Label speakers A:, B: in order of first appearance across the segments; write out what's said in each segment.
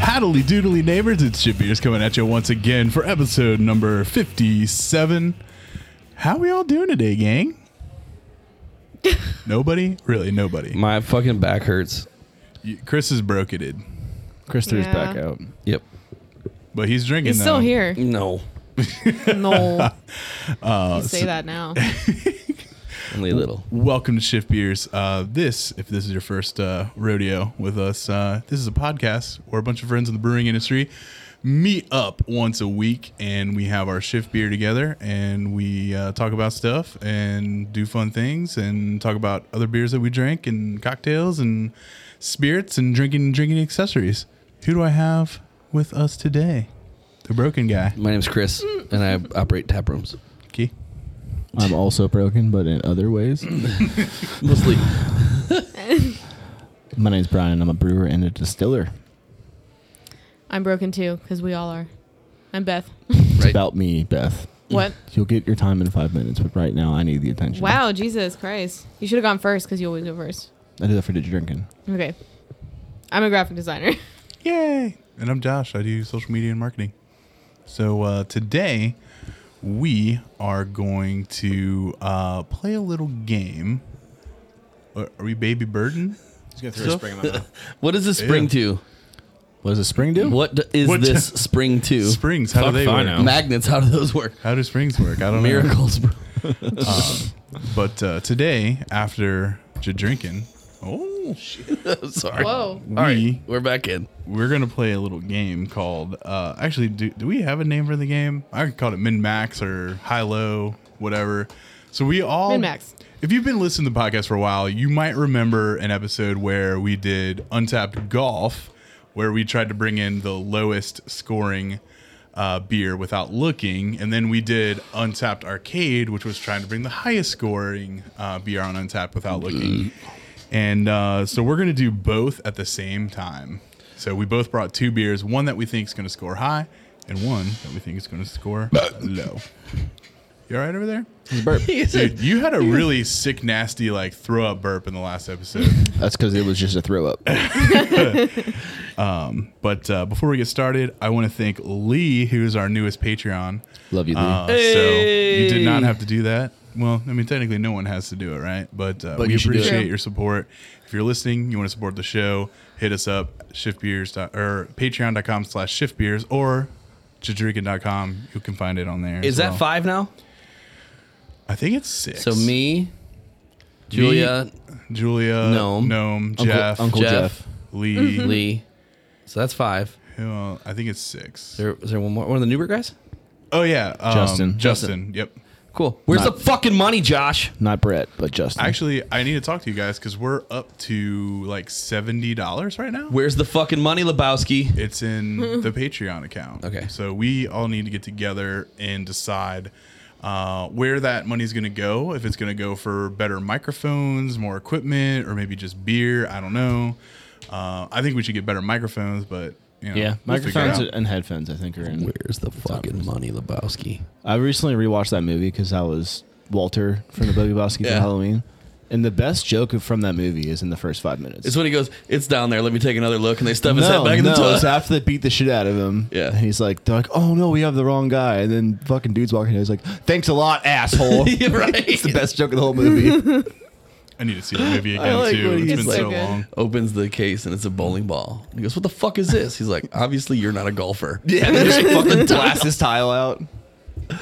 A: Addly doodly neighbors, it's Chip Beers coming at you once again for episode number 57. How we all doing today, gang? nobody? Really, nobody.
B: My fucking back hurts.
A: You- Chris is broketed,
C: Chris threw his back
D: Yeah.
C: out.
B: Yep.
A: but he's drinking
D: He's still
A: though.
D: here.
B: No.
D: No. you say that now.
B: Only a little.
A: Welcome to Shift Beers. Uh, this, if this is your first uh, rodeo with us, uh, this is a podcast where a bunch of friends in the brewing industry meet up once a week and we have our shift beer together and we uh, talk about stuff and do fun things and talk about other beers that we drink and cocktails and spirits and drinking drinking accessories. Who do I have with us today? The broken guy.
B: My name's Chris, and I operate tap rooms.
A: Key.
C: I'm also broken, but in other ways.
B: Mostly.
C: My name's Brian. I'm a brewer and a distiller.
D: I'm broken too, because we all are. I'm Beth.
C: It's
B: Right.
C: about me, Beth.
D: What?
C: You'll get your time in five minutes, but right now I need the attention.
D: Wow, Jesus Christ. You should have gone first, because you always go first.
C: I do that for ditch drinking.
D: Okay. I'm a graphic designer.
A: Yay! And I'm Josh. I do social media and marketing. So uh, today we are going to uh, play a little game. Uh, Are are we baby burden?
E: He's gonna throw
A: So-
E: a spring in my mouth.
B: What does this spring
A: Yeah.
B: to?
C: What does a spring do?
B: What d- is
A: What
B: this spring to?
A: Springs. How
E: Fuck
A: do they
E: if I
A: work?
E: know.
B: Magnets. How do those work?
A: How do springs work? I don't know.
B: Miracles, bro.
A: But uh, today, after j- drinking, oh shit,
B: Sorry.
D: Whoa.
B: All right,
A: We-
B: we're back in.
A: we're gonna play a little game called. Uh, actually, do, do we have a name for the game? I called it min max or high low, whatever. So we all
D: Min Max.
A: If you've been listening to the podcast for a while, you might remember an episode where we did Untapped Golf, where we tried to bring in the lowest scoring uh, beer without looking. And then we did Untapped Arcade, which was trying to bring the highest scoring uh, beer on Untapped without looking. And uh, so we're going to do both at the same time. So we both brought two beers, one that we think is going to score high and one that we think is going to score low. You all right over there? Dude, you had a really sick, nasty, like throw up burp in the last episode.
C: That's because it was just a throw up.
A: but uh, before we get started, I want to thank Lee, who's our newest Patreon.
C: Love you, Lee.
A: Uh, So you did not have to do that. Well, I mean, technically, no one has to do it, right? But, uh, we
B: you should do it.
A: appreciate
D: True.
A: your support. If you're listening, you want to support the show, hit us up shiftbeers dot- or patreon.com slash shiftbeers or jadrigan.com. You can find it on there.
B: Is
A: as
B: that
A: well.
B: five now?
A: I think it's six.
B: So me, Julia,
A: Julia,
B: Gnome. Mm-hmm.
A: Gnome,
C: Uncle-
A: Jeff,
C: Uncle
B: Jeff,
A: Lee.
B: Lee. So that's five.
A: Well, I think it's six.
B: There, is there one more? One of the Newberg guys?
A: Oh yeah, um,
C: Justin.
A: Justin. Yep.
B: Cool. Where's
C: Not-
B: the fucking money, Josh?
C: Not Brett, but Justin.
A: Actually, I need to talk to you guys because we're up to like seventy dollars right now.
B: Where's the fucking money, Lebowski?
A: it's in the Patreon account.
B: Okay.
A: So we all need to get together and decide uh, where that money's going to go. If it's going to go for better microphones, more equipment, or maybe just beer. I don't know. Uh, I think we should get better microphones, but you know,
C: yeah,
A: we'll figure it
C: microphones
A: out.
C: and headphones. I think are in.
B: Where's the fucking money, Lebowski?
C: I recently rewatched that movie because I was Walter from the Bobby Bosky
B: Yeah.
C: for Halloween, and the best joke from that movie is in the first five minutes.
B: It's when he goes, "It's down there. Let me take another look." And they stuff his
C: no,
B: head back in
C: no,
B: the toilet.
C: it's after they beat the shit out of him.
B: Yeah.
C: and he's like, they're like, oh no, we have the wrong guy, and then fucking dude's walking in. He's like, thanks a lot, asshole.
B: Yeah, right.
C: it's the best joke of the whole movie.
A: I need to see the movie
B: I
A: again
B: like
A: too.
B: when
A: It's
B: he's
A: been
B: like-
A: so
D: So good.
A: long.
B: Opens the case and it's a bowling ball. And he goes, "What the fuck is this?" He's like, "Obviously, you're not a golfer." Yeah. And then just fucking
C: Blast his tile out. All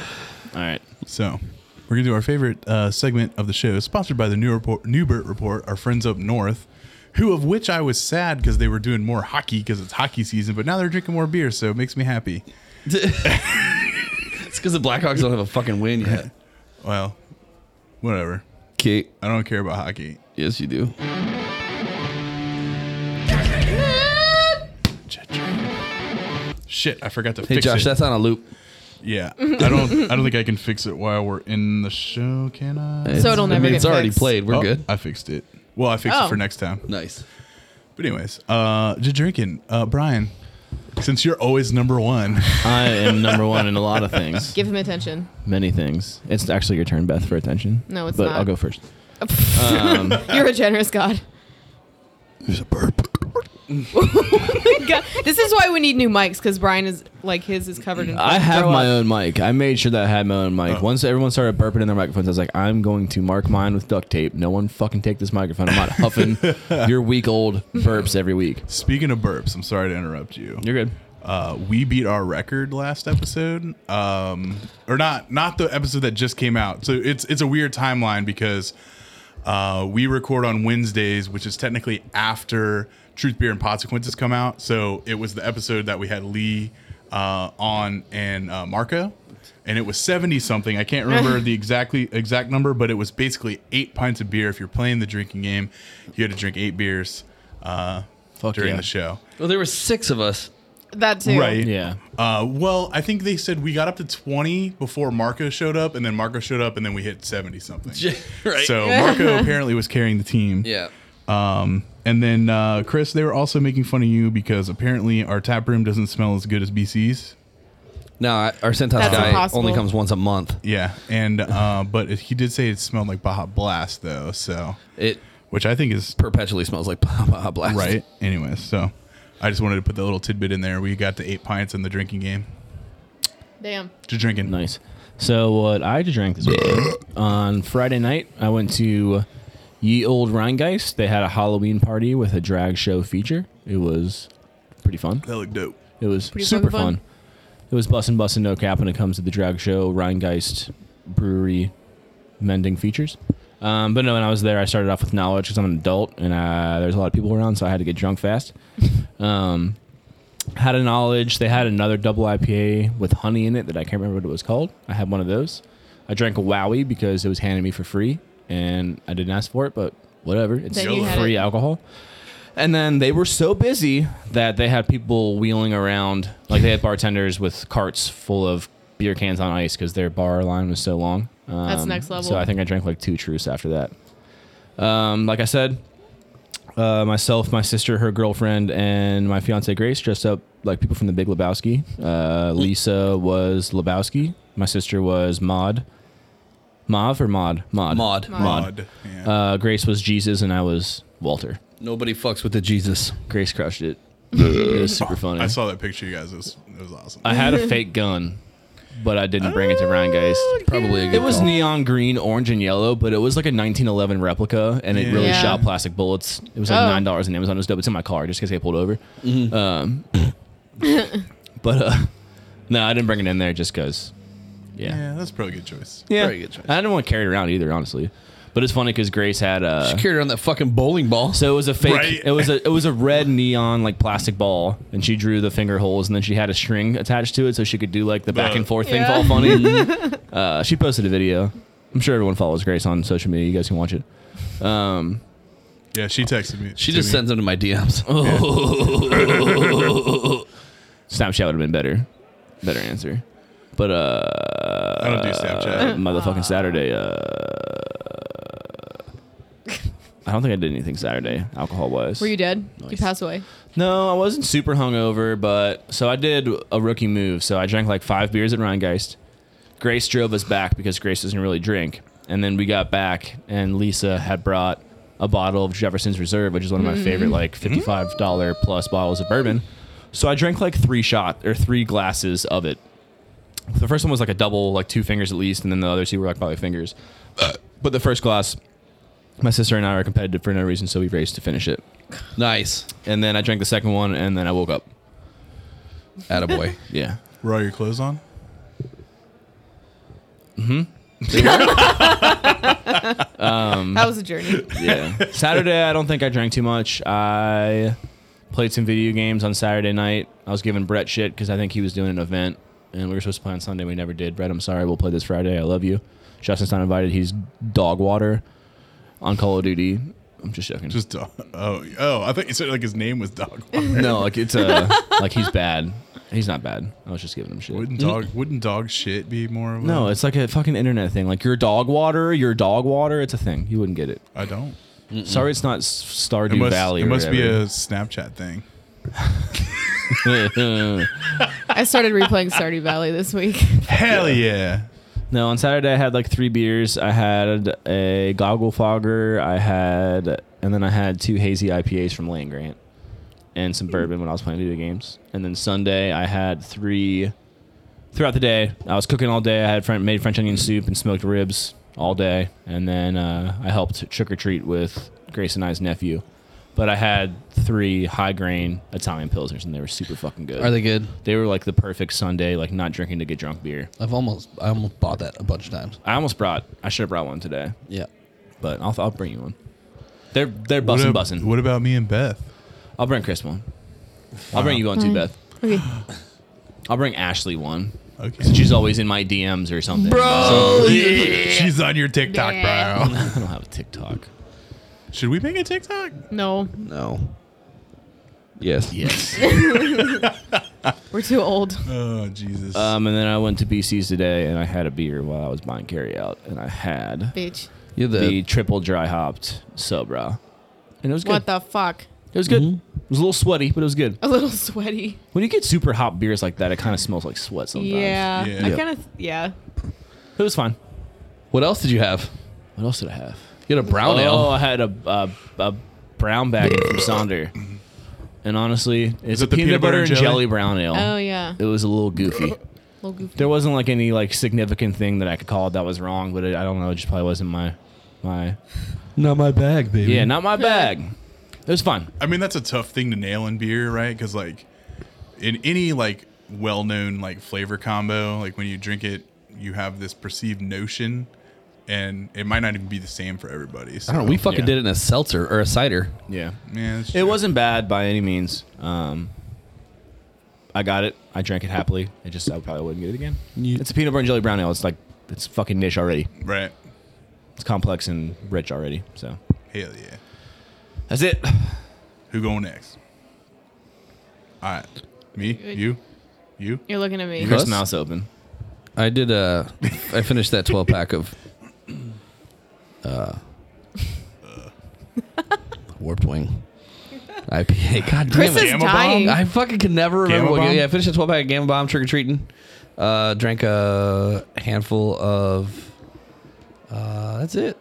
C: right,
A: So, we're gonna do our favorite uh, segment of the show, sponsored by the New Report, Newbert Report, our friends up north, who of which I was sad because they were doing more hockey because it's hockey season, but now they're drinking more beer, so it makes me happy.
B: it's because the Blackhawks don't have a fucking win yet.
A: Well, whatever.
B: Kate,
A: I don't care about hockey.
B: yes, you do.
A: Shit, I forgot to
B: Hey,
A: fix
B: Josh,
A: it.
B: that's on a loop.
A: yeah, I don't. I don't think I can fix it while we're in the show. Can I?
D: So it'll
B: I
D: never
B: mean,
D: get
B: it's already
D: fixed.
B: played. We're
A: Oh,
B: good.
A: I fixed it. Well, I fixed it
D: Oh.
A: for next time.
B: Nice.
A: But anyways, uh, just drinking, uh, Brian. Since you're always number one,
C: I am number one in a lot of things,
D: Give him attention.
C: many things. It's actually your turn, Beth, for attention.
D: No, it's
C: but
D: not.
C: I'll go first.
D: You're a generous God.
B: There's a burp.
D: God, this is why we need new mics because Brian is like his is covered in.
E: I have
D: throw
E: my
D: up.
E: own mic. I made sure that I had my own mic.
A: Oh.
E: Once everyone started burping in their microphones, I was like, I'm going to mark mine with duct tape. No one fucking take this microphone. I'm not huffing your week old burps every week.
A: Speaking of burps, I'm sorry to interrupt you.
E: You're good.
A: Uh, we beat our record last episode, um, or not? Not the episode that just came out. So it's it's a weird timeline because uh, we record on Wednesdays, which is technically after Truth Beer and Consequences come out. So it was the episode that we had Lee uh, on and uh, Marco, and it was seventy something. I can't remember the exactly exact number, but it was basically eight pints of beer. If you're playing the drinking game, you had to drink eight beers uh,
E: Fuck
A: during
E: yeah.
A: the show.
B: Well, there were six of us.
D: that too.
A: Right.
E: Yeah.
A: Uh, well, I think they said we got up to 20 before Marco showed up, and then Marco showed up, and then we hit 70 something.
B: right.
A: So Marco apparently was carrying the team.
B: Yeah.
A: Um, and then uh, Chris, they were also making fun of you because apparently our tap room doesn't smell as good as BC's.
B: No, I- our Centos
D: That's
B: guy
D: impossible.
B: only comes once a month.
A: Yeah, and uh, but he did say it smelled like Baja Blast though, so
B: It
A: which I think is
B: perpetually smells like Baja Blast.
A: right. Anyways, so I just wanted to put that little tidbit in there. We got to eight pints in the drinking game.
D: Damn.
A: To drinking.
E: Nice. So what I drank this week on Friday night, I went to Ye Old Rheingeist. They had a Halloween party with a drag show feature. It was pretty fun.
A: That looked dope.
E: It was
D: Pretty
E: super
D: fucking fun.
E: fun. It was bussin' bussin' no cap when it comes to the drag show Rheingeist Brewery mending features. Um, but no, when I was there, I started off with knowledge because I'm an adult and uh, there's a lot of people around, so I had to get drunk fast. Um, had a knowledge. They had another double IPA with honey in it that I can't remember what it was called. I had one of those. I drank a Wowie because it was handed me for free and I didn't ask for it, but whatever. It's
D: Then you had
E: free
D: it.
E: alcohol. And then they were so busy that they had people wheeling around, like they had bartenders with carts full of beer cans on ice because their bar line was so long. Um,
D: That's next level.
E: So I think I drank like two truce after that. Um, like I said, uh, myself, my sister, her girlfriend, and my fiance Grace dressed up like people from the Big Lebowski. Uh, Lisa was Lebowski. My sister was Maud. Mauve or Maud? Maud.
B: Mod.
D: Mod.
A: Yeah.
E: Uh, Grace was Jesus, and I was Walter.
B: Nobody fucks with the Jesus.
E: Grace crushed it. it was super funny.
A: I saw that picture, you guys. It was, it was awesome.
E: I had a fake gun, but I didn't bring it to Ryan Geist.
B: Probably a good
E: It was
B: call.
E: neon green, orange, and yellow, but it was like a 1911 replica, and it really
D: Yeah.
E: shot plastic bullets. It was like
D: Oh.
E: nine dollars on Amazon. It was dope. It's in my car just in case I get pulled over. Um, but uh, no, I didn't bring it in there just because. Yeah,
A: yeah, that's probably a good choice.
E: yeah.
B: Very good choice.
E: I didn't want to carry it around either, honestly. But it's funny because Grace had uh,
B: She carried around that fucking bowling ball.
E: so it was a fake.
A: Right.
E: It was a it was a red neon like plastic ball, and she drew the finger holes, and then she had a string attached to it, so she could do like the back and forth thing,
D: Yeah.
E: all funny. uh, she posted a video. I'm sure everyone follows Grace on social media. You guys can watch it. Um,
A: Yeah, she texted me.
B: she
A: to
B: just
A: me.
B: sends them to my DMs.
E: Snapchat would have been better, better answer. But uh,
A: I don't do Snapchat.
E: motherfucking Saturday. Uh, I don't think I did anything Saturday, alcohol wise.
D: Were you dead? You
B: Nice.
D: passed away.
E: No, I wasn't super hungover, but so I did a rookie move. So I drank like five beers at Rheingeist. Grace drove us back because Grace doesn't really drink. And then we got back, and Lisa had brought a bottle of Jefferson's Reserve, which is one of my favorite, like $55 plus bottles of bourbon. So I drank like three shot or three glasses of it. The first one was like a double, like two fingers at least, and then the other two were like probably fingers. But the first glass, my sister and I are competitive for no reason, so we raced to finish it
B: nice.
E: and then I drank the second one, and then I woke up.
B: Attaboy.
E: Yeah.
A: Were all your clothes on?
D: That was a journey.
E: Yeah. Saturday, I don't think I drank too much. I played some video games on Saturday night. I was giving Brett shit because I think he was doing an event, and we were supposed to play on Sunday. We never did. Brett, I'm sorry. We'll play this Friday. I love you. Justin's not invited. He's dog water on Call of Duty. I'm just joking.
A: Just dog. Oh, oh, I thought you said like his name was dog. Water.
E: no, like it's a like he's bad. He's not bad. I was just giving him shit.
A: Wouldn't dog? Wouldn't dog shit be more of? a-
E: No, it's like a fucking internet thing. Like your dog water, your dog water. It's a thing. You wouldn't get it.
A: I don't.
E: Sorry, it's not S- Stardew
A: It must,
E: Valley.
A: it
E: or
A: must be
E: whatever.
A: a Snapchat thing.
D: I started replaying Stardew Valley this week.
A: Hell yeah!
E: no, on Saturday I had like three beers. I had a goggle fogger. I had, and then I had two hazy IPAs from Land Grant. and some bourbon when I was playing video games. And then Sunday I had three throughout the day. I was cooking all day. I had fren- made French onion soup and smoked ribs all day. And then uh, I helped trick or treat with Grace and I's nephew. But I had three high grain Italian pilsners, and they were super fucking good.
B: Are they good?
E: They were like the perfect Sunday, like not drinking to get drunk beer.
B: I've almost I almost bought that a bunch of times.
E: I almost brought. I should have brought one today,
B: Yeah.
E: but I'll, I'll bring you one. They're they're
A: What,
E: bussing
A: ab-
E: bussing.
A: what about me and Beth?
E: I'll bring Chris one. I'll bring you one too,
D: Fine.
E: Beth.
D: Okay.
E: I'll bring Ashley one.
A: Okay.
E: She's always in my DMs or something.
A: Bro, she's on your TikTok,
D: Yeah.
A: bro.
E: I don't have a TikTok.
A: Should we make a TikTok?
D: No,
B: No. Yes.
E: Yes.
D: we're too old.
A: Oh Jesus!
E: um, and then I went to BC's today and I had a beer while I was buying carry out and I had
D: Bitch.
B: You're the,
E: the triple dry hopped Sobra. And it was good.
D: What the Mm-hmm. fuck?
E: it was good. It was a little sweaty, but it was good.
D: A little sweaty.
E: When you get super hot beers like that, it kind of smells like sweat sometimes.
D: Yeah.
A: Yeah.
D: I
A: Yeah.
D: kind of, yeah.
B: Oh.
E: It was fine.
B: What else did you have?
E: What else did I have?
B: You had a brown
E: Oh,
B: ale.
E: I had a, a, a brown bag from Sonder. And honestly, it's a
A: it the
E: peanut, butter and jelly? brown ale.
D: Oh, yeah.
E: It was a little goofy.
D: little goofy.
E: There wasn't like any like significant thing that I could call it that was wrong, but it, I don't know. It just probably wasn't my my
B: Oh. Not my bag, baby.
E: yeah, not my bag. It was fun.
A: I mean, that's a tough thing to nail in beer, right? Because like, in any like well-known like flavor combo, like when you drink it, you have this perceived notion, and it might not even be the same for everybody. So,
B: I don't know. We fucking
E: Yeah.
B: did it in a seltzer or a cider.
E: Yeah,
A: Man, it's
E: it
A: true.
E: wasn't bad by any means. Um, I got it. I drank it happily. It just I probably wouldn't get it again. It's a peanut butter and jelly brown ale. It's like it's fucking niche already.
A: right.
E: It's complex and rich already. So
A: Hell yeah.
E: that's it.
A: Who going next? All right, me,
D: Good.
A: you, you.
D: You're looking at me.
B: Chris-
E: First mouse open.
B: I did. Uh, I finished that twelve pack of. Uh, warped wing. IPA. God damn
D: Chris
B: it.
D: is
A: Gamma bomb?
D: dying.
B: I fucking can never remember.
A: Gamma
B: What,
A: bomb?
B: yeah, I finished a 12 pack of Gamma Bomb trick or treating. Uh, drank a handful of. Uh, that's it.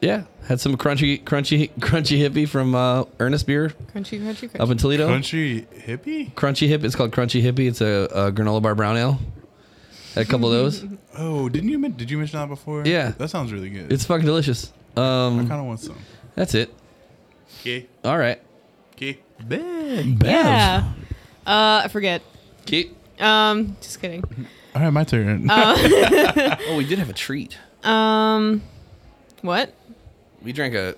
B: Yeah, had some crunchy, crunchy, crunchy hippie from uh, Ernest Beer
D: Crunchy, crunchy, crunchy.
B: up in Toledo.
A: Country hippie?
B: Crunchy hippie. It's called Crunchy Hippie. It's a, a granola bar brown ale. Had a couple of those.
A: Oh, didn't you? men- Did you mention that before?
B: Yeah.
A: that sounds really good.
B: It's fucking delicious.
A: I
B: Um,
A: kind of want some.
B: that's it.
A: Okay,
B: All right.
A: okay.
D: yeah. Uh, I forget.
B: Keep.
D: Um, just kidding.
A: All right, my turn.
E: Uh,
B: Oh, we did have a treat.
D: Um, what?
B: We drank a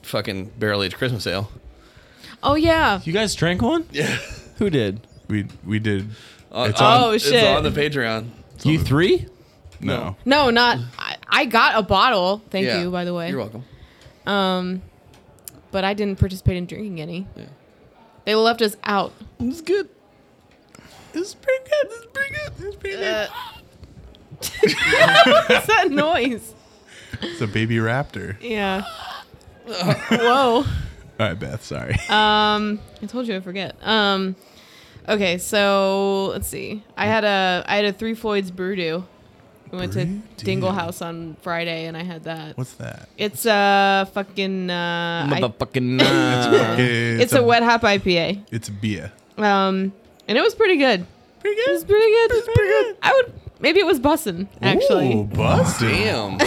B: fucking barrel aged Christmas ale.
D: Oh yeah.
E: You guys drank one?
B: Yeah.
E: Who did?
A: we we did. It's
D: oh
A: on-
D: shit.
B: It's on the Patreon.
E: You three?
A: No.
D: no, not. I, I got a bottle. Thank
B: Yeah.
D: you, by the way.
B: You're welcome.
D: Um, but I didn't participate in drinking any.
B: Yeah.
D: They left us out.
B: It's good.
A: It's pretty good. It's pretty good. It's pretty
D: Uh, What's that noise?
A: good. It's a baby raptor.
D: Yeah. Whoa.
A: All right, Beth. Sorry.
D: Um, I told you I forget. Um, okay, so let's see. I had a I had a Three Floyds Brew Do. We went
A: Brew
D: to
A: Do.
D: Dingle House on Friday, and I had that.
A: What's that?
D: It's a fucking. Uh, I-
E: Motherfucking. Uh,
A: it's,
D: it's a wet hop IPA.
A: It's beer.
D: Um, and it was pretty good. Pretty good. It was pretty good. It's pretty good. I would maybe it was bussin actually.
A: Ooh, busted.
B: Damn.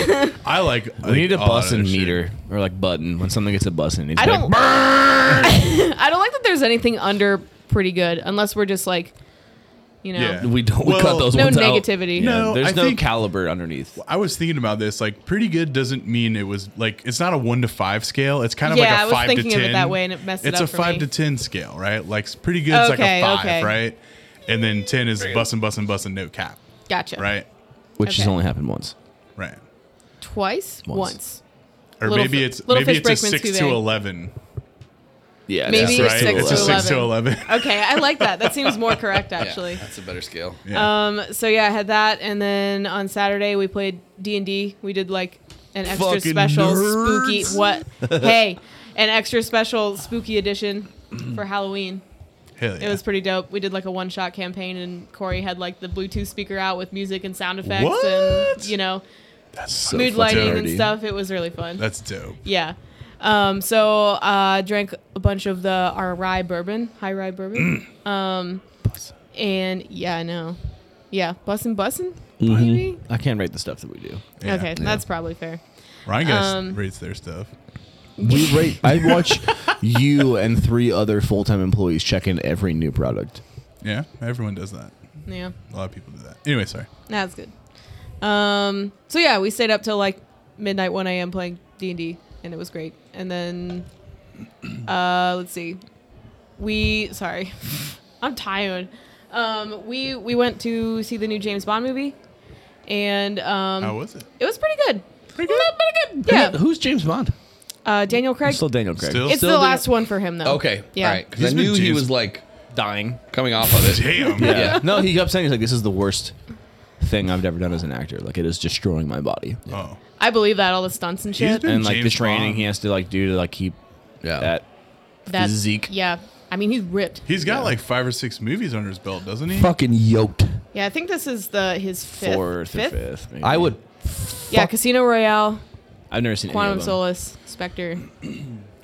A: I like.
E: we need a
A: a
E: bussin meter or like button when something gets a bussin. It's
D: I don't.
E: Like, "Brr."
D: I don't like that there's anything under pretty good unless we're just like, you know,
A: Yeah.
B: we don't. We cut
A: Well-
B: those
D: no
B: ones out.
D: negativity.
E: Yeah,
A: No,
E: there's
A: I
E: no
A: think-
E: caliber underneath.
A: I was thinking about this. Like, pretty good doesn't mean it was like it's not a one to five scale. It's kind of
D: Yeah,
A: like a
D: I was
A: five
D: thinking
A: to
D: of it
A: ten.
D: that way and it messed it
A: It's
D: up
A: a
D: for
A: five
D: me.
A: to ten scale, right? Like, s- pretty good's
D: Okay,
A: like a five,
D: okay.
A: right? And then ten is bussin, bussin, bussin, no cap,
D: Gotcha.
A: right?
E: Which has
D: Okay.
E: only happened once.
A: Right.
D: Twice. Once.
E: Once.
A: Or
D: Little
A: maybe
D: fi-
A: it's
D: Little
A: maybe
D: Fish
A: it's a
D: Brakeman's
A: six to
D: Cuvée.
A: eleven,
E: Yeah.
D: Maybe
A: right?
D: Six to
A: it's a six to
D: 11.
A: eleven.
D: Okay, I like that. That seems more correct
B: Yeah,
D: actually.
B: that's a better scale.
A: Yeah.
D: Um, so yeah, I had that, and then on Saturday we played D and D. We did like an extra
A: Fucking
D: special spooky
A: nerds.
D: what? hey, an extra special spooky edition for Halloween.
A: Hell yeah.
D: It was pretty dope. We did like a one shot campaign, and Corey had like the Bluetooth speaker out with music and sound effects and
A: What?
D: you know
A: That's so
D: mood
A: fucking
D: lighting
A: dope.
D: and stuff. It was really fun.
A: That's dope.
D: yeah. Um, so uh, drank a bunch of the our rye bourbon, high rye bourbon. Um, and yeah, I know. Yeah, bussin' bussin', maybe.
E: I can't rate the stuff that we do.
A: Yeah.
D: Okay, that's probably fair.
A: Ryan guys
D: Um,
A: rates their stuff.
C: We rate. I watch you and three other full time employees check in every new product.
A: Yeah, everyone does that.
D: Yeah,
A: A lot of people do that. Anyway, sorry.
D: that's good. Um, so yeah, we stayed up till like midnight, one a.m. playing D and D, and it was great. And then, uh, let's see, we sorry, I'm tired. Um, we we went to see the new James Bond movie, and um,
A: How was it?
D: It was pretty good. Pretty good. Pretty good. Yeah.
B: Who's James Bond?
D: Uh, Daniel Craig.
E: Still Daniel Craig.
A: Still?
D: it's
B: still
D: the
B: Dan-
D: last one for him though.
B: Okay.
D: Yeah.
B: All right. Because
A: He's
B: I
A: been
B: knew he
A: James-
B: was like
E: dying.
B: coming off
A: Oh,
B: of it.
A: Damn.
E: Yeah.
B: Yeah.
E: no, he kept saying he's like, this is the worst thing I've ever done as an actor. Like it is destroying my body.
A: Oh.
D: I believe that all the stunts and
A: He's
D: shit.
A: been-
E: And like the
A: James
E: training
A: Bond.
E: he has to like do to like keep
D: Oh.
B: Yeah.
E: that.
D: That-
E: physique.
D: Yeah. I mean, he's ripped.
A: He's got like five or six movies under his belt, doesn't he?
B: Fucking yoked.
D: Yeah, I think this is the his fifth.
E: Fourth or fifth. maybe.
B: I would.
D: Yeah, Casino Royale,
E: I've never seen any
D: Quantum
E: of them.
D: Solace, Spectre. Oh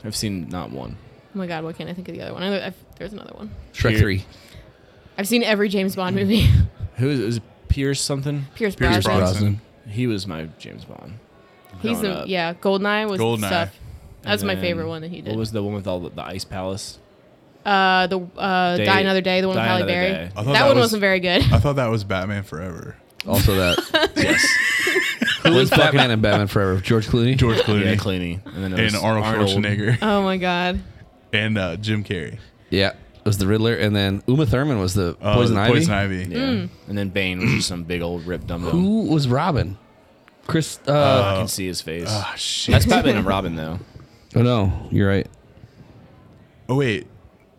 E: I've seen not one.
D: my God, what can't I think of the other one? I, I, there's another one.
B: Shrek
E: Here.
B: 3.
D: I've seen every James Bond movie.
E: Who is, is it Pierce something?
D: Pierce,
A: Pierce
D: Brosnan.
A: Brosnan.
E: He was my James Bond.
D: He's
E: growing
D: the
E: up.
D: yeah. Goldeneye was
A: Goldeneye.
D: stuff. That's
E: And
D: my
E: then
D: favorite one that he did.
E: What was the one with all the, the ice palace?
D: uh, the uh,
E: Day-
D: Die Another Day, the one with
E: Die
D: Halle
E: Another
D: Berry.
E: Day. I
A: thought
D: That,
A: that
D: one
A: was-
D: wasn't very good.
A: I thought that was Batman Forever.
B: Also that. Who was Batman and Batman Forever? George Clooney?
A: George Clooney
E: Yeah, Clooney. And then it
A: and
E: was
A: Arnold, Schwarzenegger
D: Oh my God.
A: and uh, Jim Carrey.
B: Yeah. It was the Riddler. And then Uma Thurman was Oh, the
A: Uh,
B: Poison Ivy.
A: Poison Ivy.
E: Yeah.
D: Mm. Hmm.
E: And then Bane was just some big old ripped dumb. dumb.
B: Who was Robin? Chris. Uh,
E: I can see his face.
A: Ah, shit.
E: That's Batman and Robin though.
B: oh, no. You're right.
A: oh wait,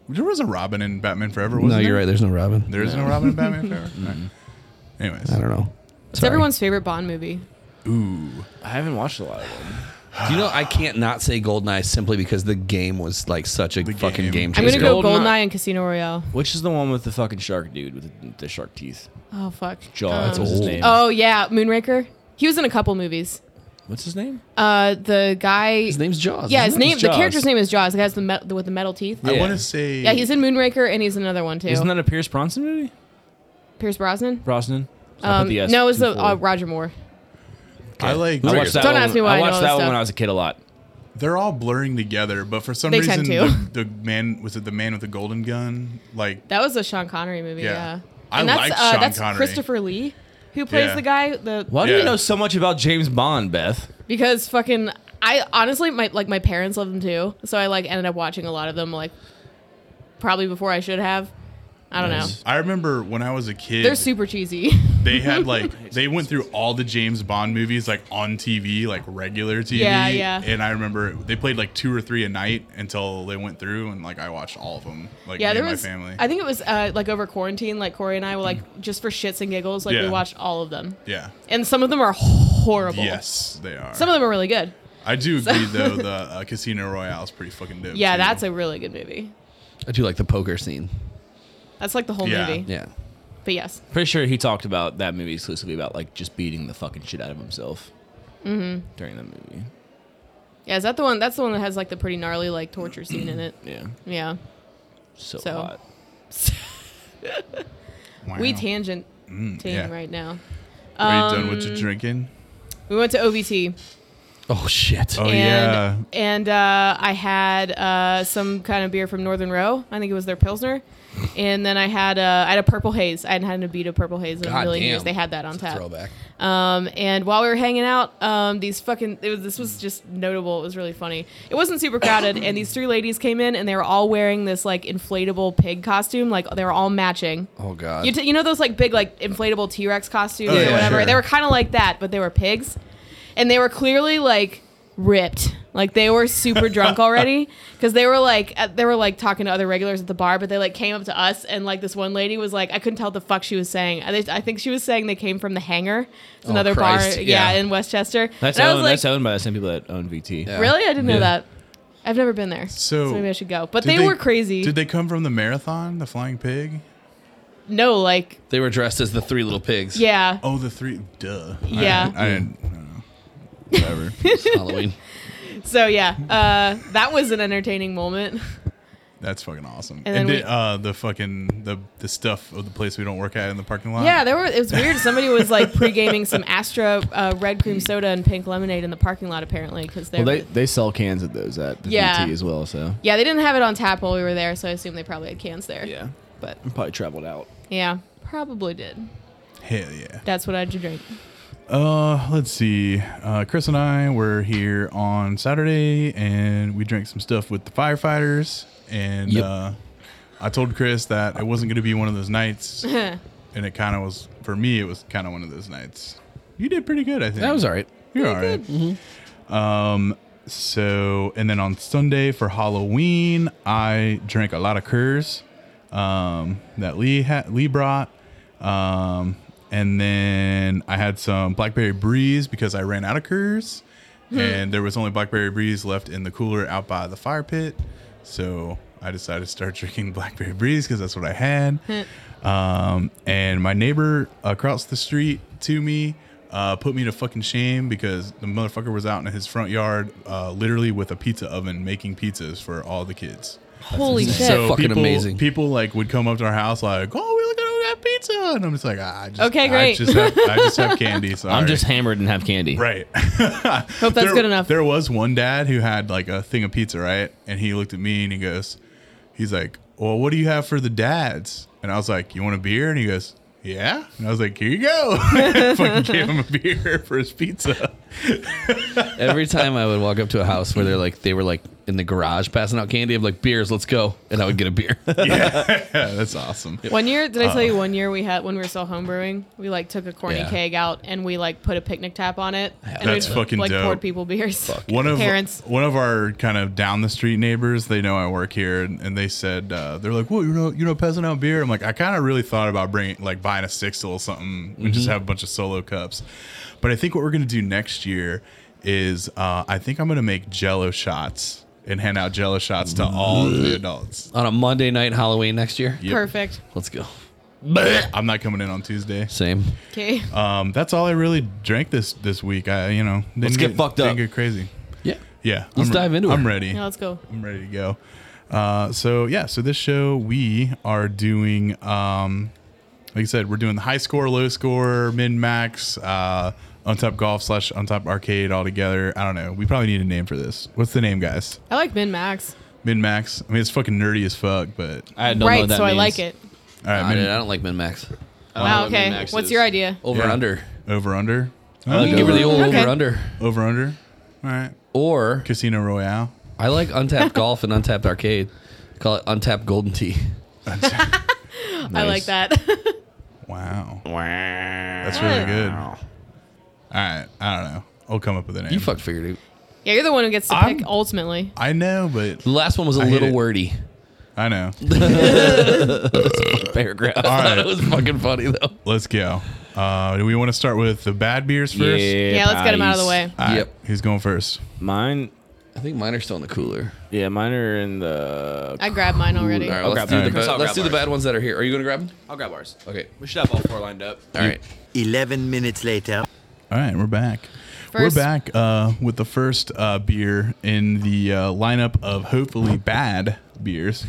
A: there was a Robin in Batman Forever. Wasn't
B: No, you're
A: there?
B: right. There's no Robin.
A: There is no Robin in Batman Forever. Alright.
D: Mm-hmm.
A: Anyways,
B: I don't know.
D: It's
B: Sorry.
D: everyone's favorite Bond movie.
A: ooh,
E: I haven't watched a lot of them.
B: Do you know I can't not say Goldeneye simply because the game was like such a
A: The
B: fucking
A: game.
B: game,
A: I'm
D: I'm
B: changer.
D: gonna
E: Is
D: go
E: Goldeneye-
D: Goldeneye and Casino Royale.
E: Which is the one with the fucking shark dude with the, the shark teeth?
D: Oh fuck.
E: Jaw. That's
D: Um,
E: what's his
B: old.
E: name.
D: oh yeah, Moonraker. He was in a couple movies.
E: What's his name?
D: Uh, the guy.
B: His name's Jaws.
D: yeah, his
B: isn't it?
D: name. The
E: Jaws.
D: character's name is Jaws. The guy's the met with the metal teeth.
A: I
E: Yeah.
A: want to say
D: Yeah, he's in Moonraker and he's in another one too.
E: Isn't that a Pierce Bronson movie?
D: Pierce Brosnan?
E: Brosnan. So I put
D: Um,
E: the S
D: no, it's the
E: before.
D: uh, Roger Moore.
A: I like.
E: I watched that
D: Don't
E: one.
D: ask me why I
E: I
D: know
E: watched
D: all
E: that
D: this
E: one when
D: stuff.
E: I was a kid a lot.
A: They're all blurring together, but for some
D: They
A: reason,
D: tend
A: The, the man was it the man with the golden gun? Like
D: That was a Sean Connery movie.
A: Yeah.
D: Yeah,
A: I
D: and that's
A: like
D: uh,
A: Sean
D: that's
A: Connery.
D: Christopher Lee, who plays
A: Yeah.
D: the guy. The
E: Why do
A: Yeah.
E: you know so much about James Bond, Beth?
D: because fucking I honestly my like my parents love them too, so I like ended up watching a lot of them like probably before I should have. I don't know.
A: I remember when I was a kid,
D: They're super cheesy.
A: they had like they went through all the James Bond movies like on TV, like regular TV.
D: Yeah, yeah.
A: And I remember they played like two or three a night until they went through, and like I watched all of them. Like
D: yeah,
A: me
D: there
A: and
D: was.
A: my family. Mm-hmm.
D: I think it was uh, like over quarantine. Like Corey and I were like just for shits and giggles. Like
A: Yeah.
D: we watched all of them,
A: yeah.
D: and some of them are horrible.
A: Yes, they are.
D: Some of them are really good.
A: I do agree though. The uh, Casino Royale is pretty fucking dope.
D: Yeah,
A: too.
D: that's a really good movie.
B: I do like the poker scene.
D: That's like the whole
A: Yeah.
D: movie.
B: Yeah.
D: But yes,
E: Pretty sure he talked about that movie exclusively about like just beating the fucking shit out of himself
D: Mm-hmm.
E: during that movie.
D: yeah. Is that the one? That's the one that has like the pretty gnarly like torture scene in it.
E: Yeah,
D: Yeah.
E: so,
D: So-
E: hot.
A: Wow.
D: We tangent ting
A: Mm, yeah.
D: right now.
A: Are you done with
D: Um,
A: your drinking?
D: We went to OBT.
B: Oh shit.
A: Oh yeah.
D: and and uh, I had uh, some kind of beer from Northern Row. I think it was their Pilsner. And then I had uh, I had a purple haze. I hadn't had a beat of purple haze in a
B: God
D: million
B: damn.
D: years. They had that on
B: It's a
D: tap.
B: Throwback.
D: Um, and while we were hanging out, um, these fucking it was, this was just notable. It was really funny. It wasn't super crowded, and these three ladies came in, and they were all wearing this like inflatable pig costume. Like they were all matching.
B: Oh god.
D: You, t- you know those like big like inflatable T Rex costumes
A: Oh,
D: or
A: yeah,
D: whatever.
A: sure.
D: They were kind of like that, but they were pigs, and they were clearly like ripped. Like they were super drunk already because they were like at, they were like talking to other regulars at the bar, but they like came up to us and like this one lady was like I couldn't tell what the fuck she was saying. I, th- I think she was saying they came from the hangar. It's
B: Oh,
D: another
B: Christ,
D: bar, yeah.
B: yeah.
D: in Westchester.
E: That's
D: and I
E: owned,
D: was like,
E: that's owned by the same people that own VT.
B: Yeah.
D: really? I didn't know
E: Yeah.
D: that. I've never been there,
A: So-
D: so, maybe I should go. But
A: Did
D: they, were crazy.
A: Did they come from the marathon, the flying pig?
D: no, like
B: They were dressed as the three little pigs.
D: yeah,
A: Oh, the three. Duh. I-
D: Yeah.
A: I, didn't. I don't know. Whatever.
B: It's Halloween.
D: So yeah, uh, that was an entertaining moment.
A: That's fucking awesome.
D: And
A: And,
D: then we-
A: did, uh, the fucking the the stuff of the place we don't work at in the parking lot.
D: Yeah, there were. It was weird. Somebody was like pre-gaming some Astra uh, red cream soda and pink lemonade in the parking lot apparently because they.
C: Well, they, they sell cans of those at the
D: Yeah.
C: VT as well, so.
D: yeah, they didn't have it on tap while we were there, so I assume they probably had cans there.
C: Yeah.
D: But
C: Probably traveled out.
D: yeah, probably did.
A: Hell yeah.
D: That's what I had to drink.
A: Uh, let's see. Uh, Chris and I were here on Saturday, and we drank some stuff with the firefighters. And
B: Yep.
A: uh, I told Chris that it wasn't going to be one of those nights, and it kind of was for me. It was kind of one of those nights. You did pretty good, I think.
B: That was all right.
A: You're all right. Um. So, and then on Sunday for Halloween, I drank a lot of Kurs, um, that Lee ha- Lee brought, um, and then I had some Blackberry Breeze because I ran out of Kurs, and there was only Blackberry Breeze left in the cooler out by the fire pit, so I decided to start drinking Blackberry Breeze because that's what I had. Um, and my neighbor across the street to me uh, put me to fucking shame because the motherfucker was out in his front yard, uh, literally with a pizza oven making pizzas for all the kids.
D: Holy shit!
A: So
B: Fucking
A: people,
B: amazing.
A: People like would come up to our house like, "Oh, we look at all that pizza," and I'm just like, ah, I just,
D: Okay,
A: I
D: great.
A: just have, I just have candy. Sorry.
E: I'm just hammered and have candy.
A: Right.
D: Hope that's
A: there,
D: good enough.
A: There was one dad who had like a thing of pizza, right? And he looked at me and he goes, he's like, well, what do you have for the dads? And I was like, you want a beer? And he goes, yeah. And I was like, here you go. Fucking gave him a beer for his pizza.
B: Every time I would walk up to a house where they're like, they were like in the garage passing out candy, I'm like, beers, let's go. And I would get a beer.
A: yeah, that's awesome.
D: One year, did I tell you? One year we had when we were still homebrewing, we like took a corny
B: Yeah.
D: keg out and we like put a picnic tap on it, and
A: That's
D: we
A: fucking
D: like
A: dope.
D: poured people beers.
A: One of
D: parents.
A: one of our kind of down the street neighbors, they know I work here, and, and they said uh, they're like, "Well, you know, you know, peasant out beer." I'm like, I kind of really thought about bringing like buying a sixel or something. We just have a bunch of solo cups, but I think what we're gonna do next year is uh, I think I'm gonna make Jello shots and hand out Jello shots to all of the adults.
B: On a Monday night Halloween next year,
A: Yep.
D: Perfect.
B: let's go.
A: I'm not coming in on Tuesday.
B: Same.
D: Okay.
A: Um, that's all I really drank this this week. I you know didn't
E: Let's get fucked
A: didn't
E: up.
A: get crazy.
B: Yeah.
A: Yeah,
B: Let's
A: I'm,
B: dive into it.
A: I'm ready.
D: yeah, let's go.
A: I'm ready to go. Uh, so yeah, so this show we are doing, um, like I said, we're doing the high score, low score, min max, uh, untap golf slash untap arcade all together. I don't know. We probably need a name for this. What's the name, guys?
D: I like min max.
A: Min max. I mean, it's fucking nerdy as fuck, but
E: I don't know
D: Right,
E: what that
D: so I
E: means.
D: like it.
A: all right,
B: I,
A: min-
B: did- I don't like min max.
D: Wow. Okay. What's your idea?
B: Over
A: Yeah.
B: under.
A: over under,
B: Give her the old
D: Okay.
B: over under.
A: over under. All right,
B: Or
A: Casino Royale.
B: I like untapped golf and untapped arcade. Call it untapped golden tea.
D: I like that.
A: Wow, wow, that's really good. All right, I don't know. I'll come up with a name.
B: You fuck figured it.
D: yeah, you're the one who gets to
A: I'm-
D: pick ultimately.
A: I know, but
B: The last one was a
A: I hate
B: little
A: it.
B: wordy.
A: I know.
B: Paragraph. I
A: All
B: thought
A: right.
B: it was fucking funny though.
A: Let's go. Uh, do we want to start with the bad beers
E: Yeah,
A: first?
D: Yeah, let's get him out of the
E: buddies.
D: way.
A: All right,
B: Yep.
A: Who's going first?
E: Mine,
B: I think mine are still in the cooler.
E: yeah, mine are in the.
D: I grabbed mine
B: All
D: already.
B: right,
E: I'll
B: let's
E: grab
B: do,
E: mine.
B: the,
E: Chris,
B: ba-
E: I'll
B: let's
E: grab
B: do the
E: mine.
B: bad ones that are here. Are you gonna grab them?
E: I'll grab ours.
B: Okay.
E: We should have all four lined up.
B: All right.
F: 11 minutes later.
A: All right, we're back.
D: First-
A: We're back uh, with the first uh, beer in the uh, lineup of hopefully bad beers.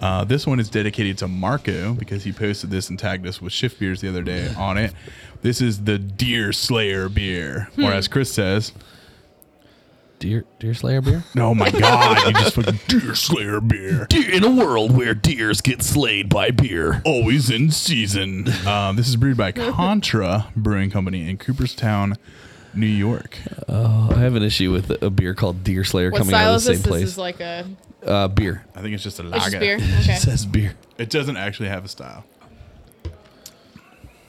A: uh, this one is dedicated to Marco because he posted this and tagged us with Shift Beers the other day on it. This is the Deer Slayer beer, or as Chris says,
B: Deer Deer Slayer beer?
A: "Oh my God, you just fucking Deer Slayer beer."
B: In a world where deers get slayed by beer.
A: always in season. Uh, this is brewed by Contra Brewing Company in Cooperstown, New York.
B: Oh, I have an issue with a beer called Deer Slayer
D: What
B: coming
D: style
B: out
D: is
B: of the
D: this?
B: same
D: This
B: place.
D: is like a
B: uh, beer.
A: I think it's just a
D: it's just
A: lager.
D: beer.
B: It
D: Okay.
B: says beer.
A: It doesn't actually have a style.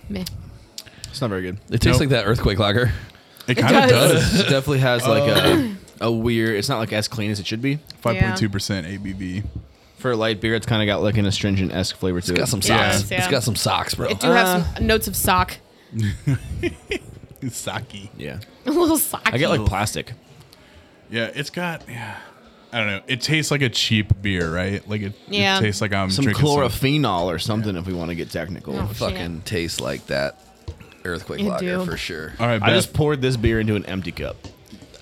D: Meh.
E: It's not very good.
B: It tastes
A: Nope.
B: like that earthquake lager.
A: It kind of
D: does.
A: does.
E: It definitely has like a a weird. It's not like as clean as it should be.
A: Five point two percent ABV.
E: For a light beer, it's kind of got like an astringent esque flavor to
B: It's
E: it.
B: got some
D: Yeah.
B: socks.
D: Yeah.
B: It's got some socks, bro.
D: It do have
B: "Ah."
D: some notes of sock.
A: It's sake.
E: Yeah,
D: A little sock.
E: I get like plastic.
A: Yeah, it's got. Yeah, I don't know. It tastes like a cheap beer, right? Like it.
D: Yeah.
A: It tastes like I'm
C: Some
A: drinking some-
C: chlorophenol or something if we want to get technical.
D: Oh.
B: fucking tastes like that earthquake
D: You
B: lager
D: do.
B: for sure.
A: All right,
E: I
A: Beth, Uh,
E: just poured this beer into an empty cup.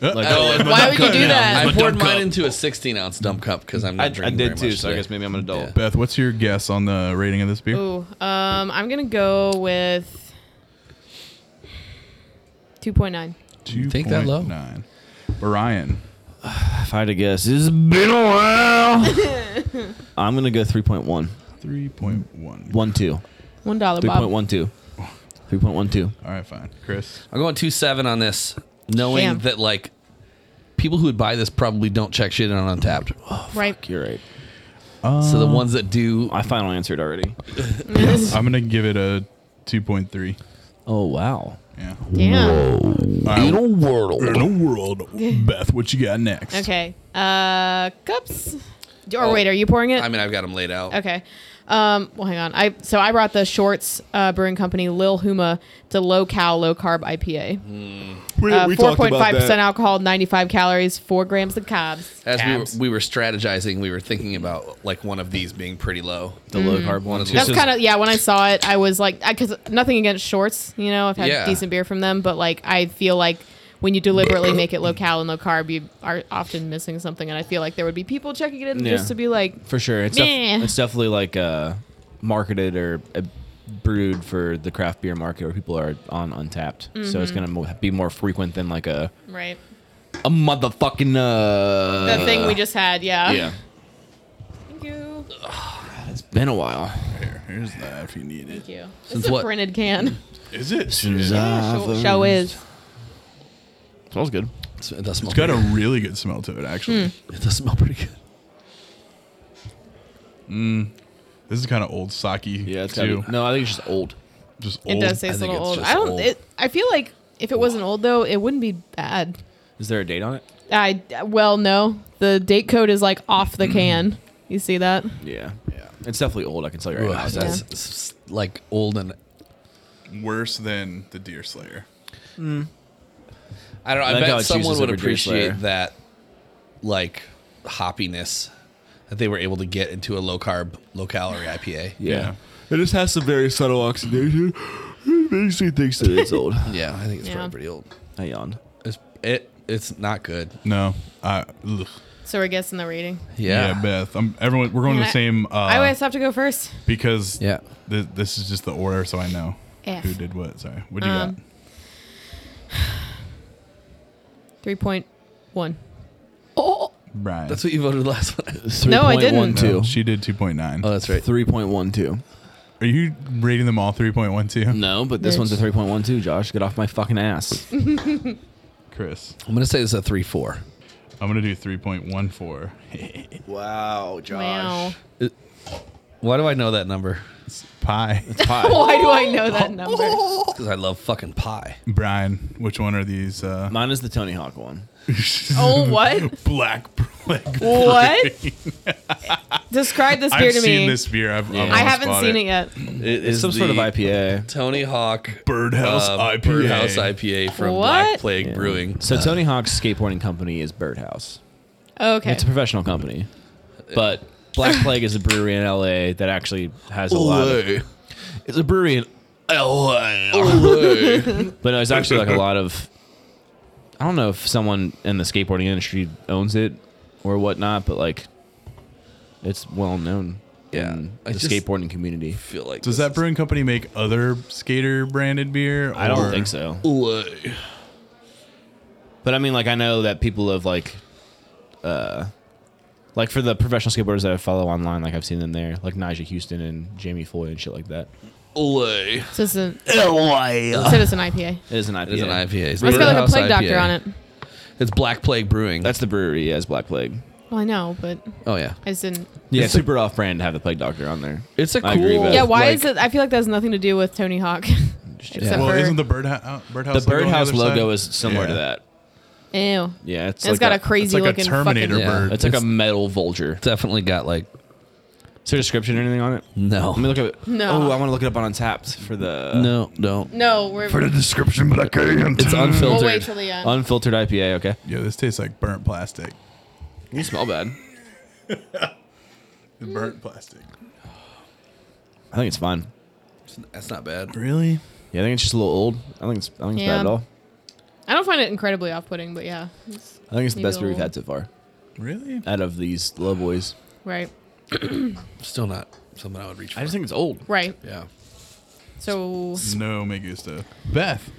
E: Like,
B: Oh,
E: I'm a
D: Why
E: dumb
D: would
E: cup
D: you do
E: now.
D: that?
E: I'm
B: I
E: a
B: poured
E: dumb
B: mine
E: cup.
B: into a 16 ounce dump cup because I'm
E: I,
B: not
E: I
B: drinking.
E: did
B: very
E: too,
B: much
E: so I
B: today.
E: guess maybe I'm an adult.
B: Yeah.
A: Beth, what's your guess on the rating of this beer?
D: Ooh, um, I'm gonna go with two point nine.
A: Two
B: think that low?
A: Nine. Brian.
E: If I had to guess, it's been a while. I'm gonna go 3.1,
A: Three point one.
E: 1.2,
D: One dollar, Bob.
E: 3.12, 3.12.
A: All right, fine. Chris.
B: I'm going two seven on this, knowing
D: Damn.
B: that like people who would buy this probably don't check shit on Untapped.
D: Right.
E: You're right.
B: so
E: Uh,
B: the ones that do,
E: I final answered already.
A: I'm gonna give it a two point three.
E: Oh wow.
A: Yeah.
D: Damn.
A: In a world. In a world. Beth, what you got next?
D: Okay. Uh, cups. Or
B: Oh,
D: wait, are you pouring it?
B: I mean, I've got them laid out.
D: Okay. Um, well, hang on. I so I brought the Shorts uh, Brewing Company Lil Huma to low cal, low carb IPA. Uh, Four point five percent alcohol, ninety five calories, four grams of carbs.
B: As we were,
D: Carbs.
B: we were strategizing, we were thinking about like one of these being pretty low.
E: The low carb one.
B: That's
D: That's
B: is-
D: kind of yeah. When I saw it, I was like, because nothing against Shorts, you know, I've had
B: Yeah.
D: decent beer from them, but like I feel like when you deliberately make it low cal and low carb, you are often missing something, and I feel like there would be people checking it in
E: Yeah.
D: just to be like,
E: for sure. It's,
D: Meh.
E: def- it's definitely like uh, marketed or uh, brewed for the craft beer market where people are on Untapped. So
D: Mm-hmm.
E: it's gonna mo- be more frequent than like a
D: right,
E: a motherfucking uh.
D: the thing we just had, yeah.
E: Yeah.
D: Thank you.
E: It's been a while.
A: Here, here's that if you need it.
D: Thank you.
B: Since
D: this is
B: what-
D: a printed can.
A: Is it?
D: Show, show is.
E: Smells good.
B: It's- It does smell.
A: It's got a
B: pretty
A: really good smell to it, actually.
D: Hmm.
B: good. It does smell pretty good.
A: This is kind of old sake.
E: Yeah, it's
A: too.
E: got no. I think it's just old.
A: Just
D: It
A: old.
D: does taste
B: I
D: a
B: think
D: little
B: it's
D: old.
B: just
D: I don't.
B: old.
D: It, I feel like if it wasn't old though, it wouldn't be bad.
E: Is there a date on it?
D: I well, no, the date code is like off the can. You see that?
E: Yeah. Yeah. It's definitely old. I can tell you right
B: Ugh,
E: now.
B: that's s- like old and
A: Worse than the Deer Slayer.
B: I don't. I
E: Like how
B: bet
E: it
B: someone
E: chooses
B: would
E: every beer
B: appreciate
E: flavor.
B: that, like hoppiness that they were able to get into a low carb, low calorie IPA.
E: Yeah. It just has some very subtle oxidation. Makes me think that it's old.
B: Yeah, I think it's
D: Yeah.
B: probably pretty old.
E: I yawned.
B: It's it. It's not good.
A: No. I, ugh.
D: So we're guessing the rating.
A: Yeah.
B: Yeah.
A: Beth. I'm, everyone, we're going to
D: Yeah,
A: the
D: I-
A: same uh,
D: I always have to go first.
A: because
B: Yeah.
A: thi- this is just the order, so I know
D: F.
A: who did what. Sorry. What do you
D: Um,
A: got?
D: Three point one. Oh
A: Brian.
B: That's what you voted last one.
D: No, I didn't.
A: No,
E: 3.12.
A: She did 2.9.
B: Oh, that's right.
E: 3.12.
A: Are you rating them all 3.12?
E: No, but this
D: Bitch.
E: one's a 3.12, Josh. Get off my fucking ass.
A: Chris.
B: I'm gonna say this is a three four.
A: I'm going to do 3.14.
C: Wow,
D: wow!
B: Why do I know that number?
A: It's pie.
D: Why do I know that number?
B: Because I love fucking pie.
A: Brian, which one are these? Uh,
E: Mine is the Tony Hawk one.
D: Oh what?
A: black plague.
D: What? Describe this beer
A: I've
D: to
A: seen
D: me.
A: this beer. I've, I've
E: Yeah.
D: I
A: almost
D: haven't
A: bought
D: seen it yet.
E: It's some sort of IPA.
B: Tony Hawk um,
A: Birdhouse IPA.
B: Birdhouse IPA from Black
D: What?
B: Plague Brewing.
E: So
B: Uh,
E: Tony Hawk's skateboarding company is Birdhouse.
D: Oh, Okay.
E: It's a professional company. But Black Plague is a brewery in LA that actually has a lot of
B: Olay.
E: It's a brewery in Mm.
B: Olay.
E: But no, it's actually like a lot of. I don't know if someone in the skateboarding industry owns it or whatnot, but like, it's well known.
B: Yeah,
E: in
B: I
E: the
B: just-
E: skateboarding community.
B: I feel like
A: Does
B: this
A: that brewing company make other skater branded beer?
E: I don't
A: or-
E: think so.
B: is Olay.
E: But I mean, like, I know that people have like, uh, like for the professional skateboarders that I follow online, like I've seen them there, like Nigel Houston and Jamie Floyd and shit like that.
B: Olay.
D: So it's an,
F: Oh,
D: said it's an IPA.
E: It is an IPA.
B: It is an IPA. It's
D: Let's go like a
B: Birdhouse
D: plague doctor
B: IPA.
D: on it.
B: It's Black Plague Brewing.
E: That's the brewery. Yeah, it's Black Plague.
D: Well, I know, but
B: oh yeah.
D: I just didn't.
E: Yeah, it's super off-brand to have the Plague Doctor on there.
B: It's a
E: I agree
B: cool-
E: with
B: But,
D: Yeah, why
B: like-
D: is it? I feel like that has nothing to do with Tony Hawk. Except
A: Well,
D: for
A: isn't the uh, birdhouse birdhouse
E: The
A: logo on
E: Birdhouse
A: other
E: logo
A: side?
E: is similar to
A: Yeah.
E: that.
D: ew. And
E: Yeah, it's
D: it's got a,
E: crazy.
D: crazy
A: like a
D: looking
A: Terminator
D: Fucking,
B: Yeah,
A: bird.
E: It's like a metal vulture.
B: Definitely got like
E: Is there a description or anything on it?
B: no,
E: Let me look at it.
D: No.
E: Oh, I want to look it up on Untapped for the
B: no, don't.
D: no, we're
A: description, but I can't.
B: It's
D: we'll
B: unfiltered.
D: wait till the end.
E: unfiltered IPA. Okay.
A: yeah, this tastes like burnt plastic.
E: You smell bad.
A: Burnt plastic.
E: I think it's fine.
B: That's not bad.
A: Really?
E: Yeah, I think it's just a little old. I think it's I think it's bad
D: Yeah.
E: at all.
D: I don't find it incredibly off-putting, but yeah, it's-
C: I think it's the
D: Maybe
C: best beer we've
D: we'll-
C: had so far
A: Really?
C: out of these low boys.
D: right,
B: Still not something I would reach for.
E: I just think it's old.
D: right.
B: yeah.
D: So
A: No me gusta. Beth.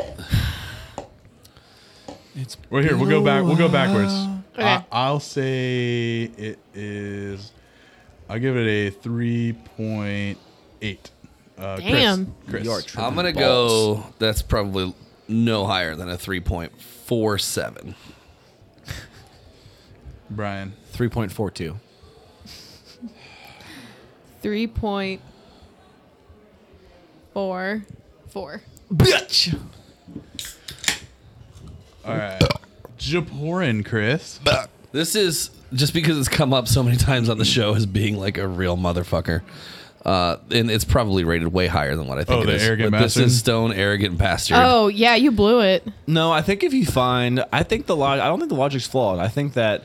A: It's We're here. We'll go back. We'll go backwards.
D: Okay.
A: I, I'll say it is. I'll give it a three point eight. Uh, Chris-
D: Damn.
A: Chris,
C: You are tripping
B: I'm gonna
C: balls.
B: go. That's probably no higher than a 3.47.
A: Brian.
C: 3.42.
D: three point four four.
B: Bitch.
A: All right. Japorin, Chris.
B: This is just because it's come up so many times on the show as being like a real motherfucker. Uh, and it's probably rated way higher than what I think
A: Oh,
B: it
A: the
B: is.
A: arrogant
B: But this
A: bastard?
B: is Stone Arrogant Bastard.
D: Oh yeah, you blew it.
E: No, I think if you find, I think the log, I don't think the logic's flawed. I think that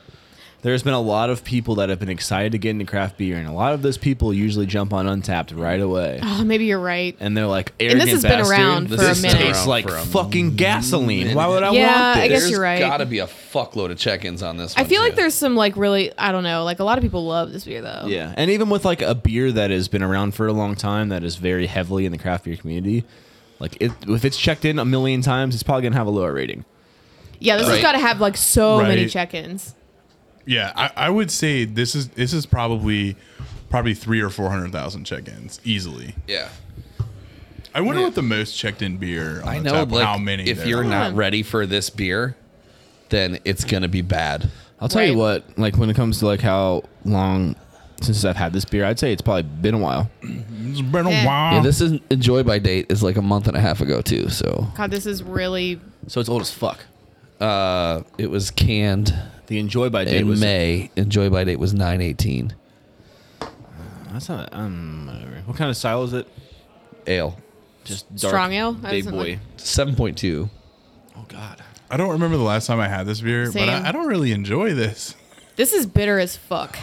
E: there's been a lot of people that have been excited to get into craft beer, and a lot of those people usually jump on Untapped right away,
D: Oh, maybe you're right.
E: and they're like,
D: And
E: arrogant
D: this has been
E: bastard,
D: around
E: this
D: for a
E: tastes
D: minute.
E: like
B: For a
E: fucking gasoline. Why would I
D: Yeah,
E: want
D: I
E: this?
D: guess
B: There's
D: you're right.
B: gotta be a fuckload of check-ins on this.
D: I
B: One
D: feel like
B: too.
D: there's some like really I don't know like a lot of people love this beer though.
E: Yeah, and even with like a beer that has been around for a long time, that is very heavily in the craft beer community, like it, if it's checked in a million times, it's probably gonna have a lower rating.
D: yeah. This has
B: Right.
D: got to have like so many
A: Right.
D: check-ins.
A: Yeah, I, I would say this is this is probably probably three or four hundred thousand check-ins easily.
B: yeah.
A: I wonder
B: Yeah.
A: what the most checked-in beer. On
B: I
A: the
B: know.
A: tap-
B: Like,
A: how many?
B: If
A: there
B: you're
A: are.
B: not ready for this beer, then it's gonna be bad.
E: I'll tell you
D: Right.
E: what, like when it comes to like how long since I've had this beer, I'd say it's probably been a while.
A: it's been a
D: Eh.
A: while.
B: yeah, this is enjoy by date is like a month and a half ago too. So
D: God, this is really
E: So it's old as fuck.
B: uh, it was canned
E: The enjoy by date
B: in
E: was
B: May. Enjoy by date was nine eighteen
E: That's not um whatever. What kind of style is it?
B: ale,
E: Just
D: Strong ale? That
E: big
D: doesn't
E: boy.
B: seven point two.
E: Oh god.
A: I don't remember the last time I had this beer, but
D: Same.
A: I, I don't really enjoy this.
D: this is bitter as fuck.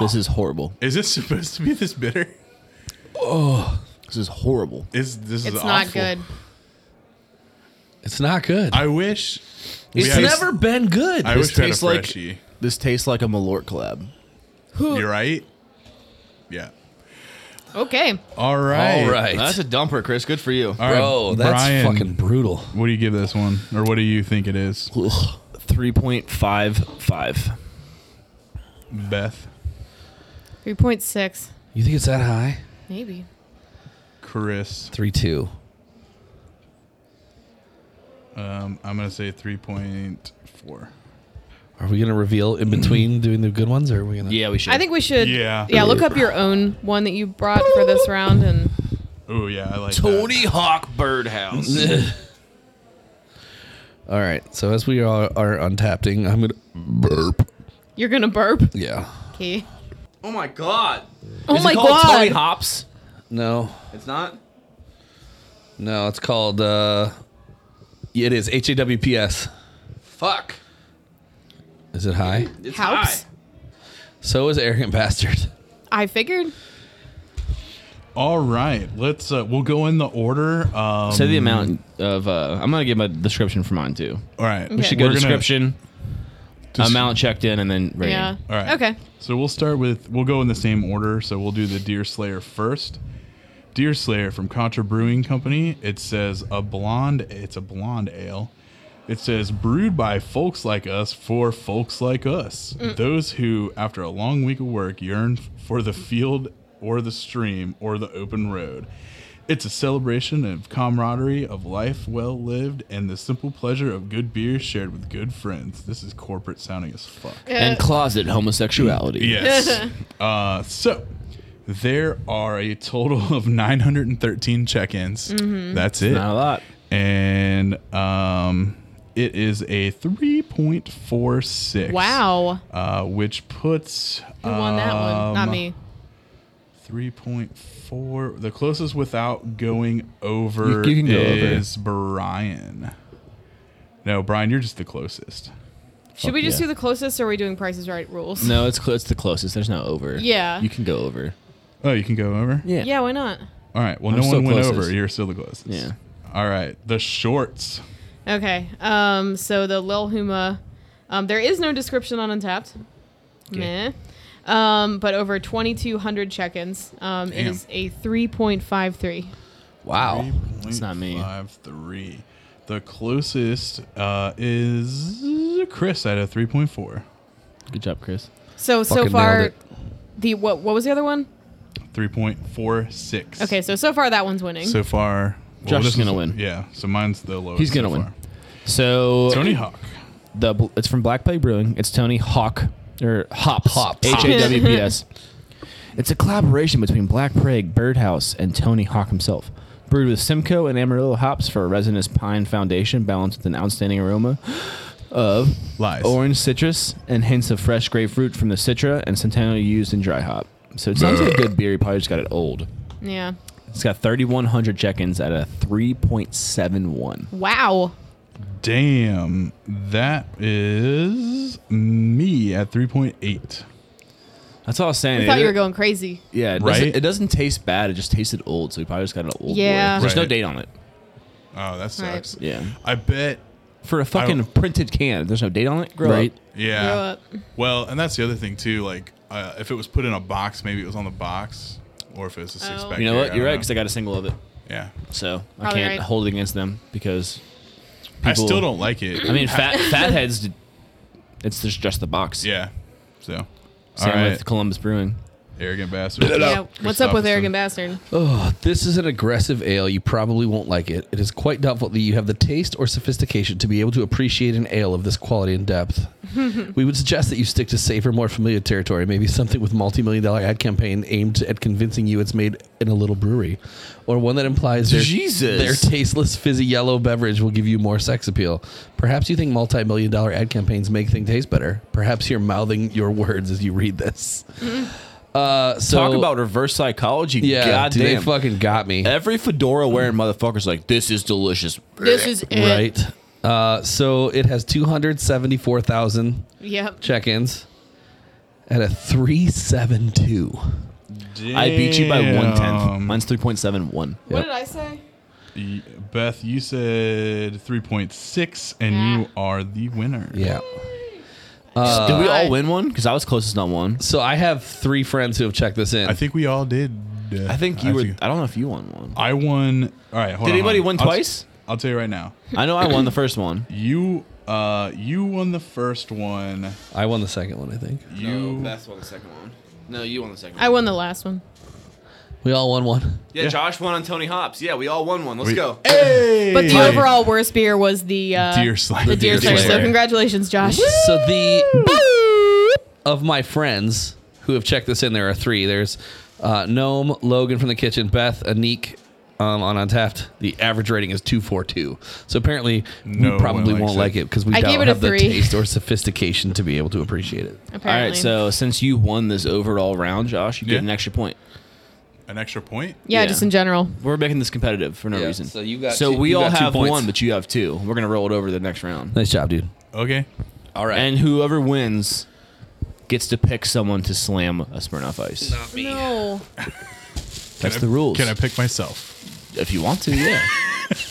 E: This is horrible.
A: Is this supposed to be this bitter?
C: This is horrible.
A: Is this
D: It's
A: is
D: not
A: awful.
D: good.
B: It's not good.
A: I wish. we
B: it's
A: had-
B: never been good.
A: I wish we had a
C: tastes like-
A: freshie.
C: This tastes like a Malort collab.
A: You're right. Yeah.
D: Okay,
A: All right.
B: All right,
E: That's a dumper, Chris. Good for you.
A: All right,
B: bro. That's
A: Brian,
B: fucking brutal.
A: What do you give this one, or what do you think it is,
E: Three point five five.
A: Beth?
D: three point six
B: You think it's that high?
D: maybe.
A: Chris,
B: Three two.
A: um, I'm gonna say three point four.
B: Are we gonna reveal in between doing the good ones, or are we gonna?
E: Yeah, we should.
D: I think we should.
A: Yeah.
D: Yeah. Look up your own one that you brought for this round, and
A: Oh yeah, I like
E: Tony Hawk Birdhouse.
B: All right. So as we are, are untapping, I'm gonna burp.
D: you're gonna burp.
B: Yeah.
D: Okay.
E: oh my god.
D: Oh
E: Is
D: my
E: it called
D: god.
E: Tony Hops?
B: No.
E: It's not.
B: No. It's called. uh It is H A W P S.
E: Fuck.
B: Is it high?
E: It's
D: Hops?
E: high.
B: So is arrogant bastard.
D: I figured.
A: that. All right, let's. Uh, we'll go in the order. Um,
E: Say the amount of. Uh, I'm gonna give a description for mine too.
A: All right,
D: We should
E: Go
A: We're gonna-
E: description,
A: Just-
E: amount checked in, and then rating.
D: Yeah.
A: All right.
D: Okay.
A: So we'll start with we'll go in the same order. So we'll do the Deer Slayer first. Deer Slayer from Contra Brewing Company. It says a blonde. It's a blonde ale. It says brewed by folks like us for folks like us. Those who, after a long week of work, yearn f- for the field or the stream or the open road. It's a celebration of camaraderie, of life well lived, and the simple pleasure of good beer shared with good friends. This is corporate sounding as fuck.
D: Uh,
E: And closet homosexuality.
A: Yes. uh, so there are a total of 913 check-ins. That's it.
E: Not a lot.
A: And um, it is a 3.46.
D: Wow.
A: Uh, which puts
D: Who won that one? Not
A: um,
D: me.
A: 3.4. The closest without going over
E: You- you can go over.
A: is Brian. No, Brian, you're just the closest.
D: Should we just
E: yeah.
D: do the closest, or are we doing prices right rules?
E: No, it's cl- it's the closest. There's no over.
D: Yeah.
E: You can go over.
A: Oh, you can go over?
E: Yeah.
D: Yeah, why not?
A: All right. Well,
E: I'm
A: no
E: still
A: one went
E: closest.
A: over. You're still the closest.
E: Yeah.
A: All right. The shorts.
D: Okay. Um, so the Lil Huma, um, there is no description on Untapped. Meh. Um, but over 2,200 check ins. Um, it
A: Damn.
D: is a 3.53.
B: Wow.
E: It's not me.
A: Five three. The closest uh, is Chris at a three point four.
E: Good job, Chris.
D: So, so
B: Fucking nailed
D: far,
B: it.
D: the what, what was the other one?
A: 3.46.
D: Okay, so so far that one's winning.
A: So far,
E: Josh
A: this
E: is gonna
A: is-
E: win.
A: Yeah, so mine's the lowest.
E: He's gonna
A: so
E: win.
A: far.
E: So
A: Tony Hawk.
E: the bl- it's from Black Plague Brewing. It's Tony Hawk or Hop
B: Hop.
E: H A W P S. It's a collaboration between Black Plague, Birdhouse, and Tony Hawk himself. Brewed with Simcoe and Amarillo hops for a resinous pine foundation, balanced with an outstanding aroma of
A: Lies.
E: orange citrus and hints of fresh grapefruit from the Citra and Centennial used in dry hop. So it sounds like a good beer. He probably just got it old.
D: yeah.
E: It's got 3,100 check-ins at a 3.71.
D: Wow.
A: Damn. That is me at 3.8.
E: That's all I was saying.
D: I thought
E: It-
D: you were going crazy.
E: Yeah, it doesn't,
A: Right?
E: it doesn't taste bad. It just tasted old, so we probably just got an old.
D: Yeah.
E: boy. there's no
A: Right.
E: date on it.
A: Oh, that
D: Right.
A: sucks.
E: Yeah,
A: I bet.
E: for a fucking
A: I-
E: printed can, there's no date on it. Grow
B: Right.
E: up.
D: Grow
A: Yeah.
D: up.
A: Well, and that's the other thing, too. Like, uh, if it was put in a box, maybe it was on the box or if it was a
D: Oh.
A: six pack.
E: You know what? You're right because I got a single of it,
A: Yeah.
E: so I
D: Probably
E: can't
D: right.
E: hold it against them because
A: I still don't like it.
E: I mean, fat fatheads. d- It's just just the box.
A: yeah. So.
E: Same
A: all right.
E: with Columbus Brewing.
A: arrogant bastard.
D: Yeah. What's up with
A: Christopherson.
D: Arrogant Bastard?
B: Oh, this is an aggressive ale. You probably won't like it. It is quite doubtful that you have the taste or sophistication to be able to appreciate an ale of this quality and depth. we would suggest that you stick to safer, more familiar territory, maybe something with multi-million dollar ad campaign aimed at convincing you it's made in a little brewery, or one that implies their,
C: Jesus.
B: their tasteless fizzy yellow beverage will give you more sex appeal. Perhaps you think multi-million dollar ad campaigns make things taste better. Perhaps you're mouthing your words as you read this. Uh, so
E: Talk about reverse psychology.
B: yeah, dude, they
E: goddamn.
B: fucking got me.
E: Every fedora wearing
A: Mm.
E: motherfucker's like, this is delicious.
D: This is it.
B: Right. Uh, so it has 274,000
D: Yep.
B: check ins at a 372.
E: I beat you by one tenth.
A: Damn.
E: Mine's three point seven one.
D: What did I say?
A: Y- Beth, you said 3.6, and
D: Yeah.
A: you are the winner.
B: Yeah.
A: Uh,
E: Did we all
D: Alright.
E: win one? Because I was closest on one.
B: So I have three friends who have checked this in.
A: I think we all did. uh,
E: I think you were.
A: think-
E: I don't know if you won one.
A: I won. All right. Hold
E: Did
A: on, hold
E: anybody
A: on.
E: win
A: I'll t-
E: twice?
A: I'll tell you right now.
E: I know I won the first one.
A: You, uh, you won the first one.
B: I won the second one, I think.
A: You.
E: won the second one. No, you won the second
D: I won the last one.
B: We all won one.
E: Yeah, Josh won on Tony Hops. Yeah, we all won one. Let's
A: We-
E: go.
A: Hey!
D: But the
A: Fine.
D: overall worst beer was the uh,
A: Deer Slayer.
D: The deer,
A: Deer
D: slayer.
B: Slayer.
D: So congratulations, Josh.
B: So the of my friends who have checked this in, there are three. There's uh, Gnome, Logan from the kitchen, Beth, Anique um, on Untapped. The average rating is two four two. So apparently,
A: No
B: we probably
A: one likes
B: won't
A: it.
B: like it because we
D: I
B: don't
D: gave it a
B: have the
D: three.
B: taste or sophistication to be able to appreciate it.
E: All
D: Apparently.
E: right, so since you won this overall round, Josh, you
A: Yeah.
E: get an extra point.
A: An extra point.
D: yeah,
E: yeah.
D: just in general.
E: We're making this competitive for no
B: Yeah,
E: reason.
B: so you got
E: So
B: two-
E: we
B: you
E: all
B: got two
E: have
B: points.
E: one, but you have two. We're gonna roll it over to the next round.
B: Nice job, dude.
A: Okay.
B: All right,
E: And whoever wins gets to pick someone to slam a Smirnoff Ice.
B: not me.
D: No.
E: That's
A: I-
E: the rules.
A: Can I pick myself?
E: if you want to, yeah.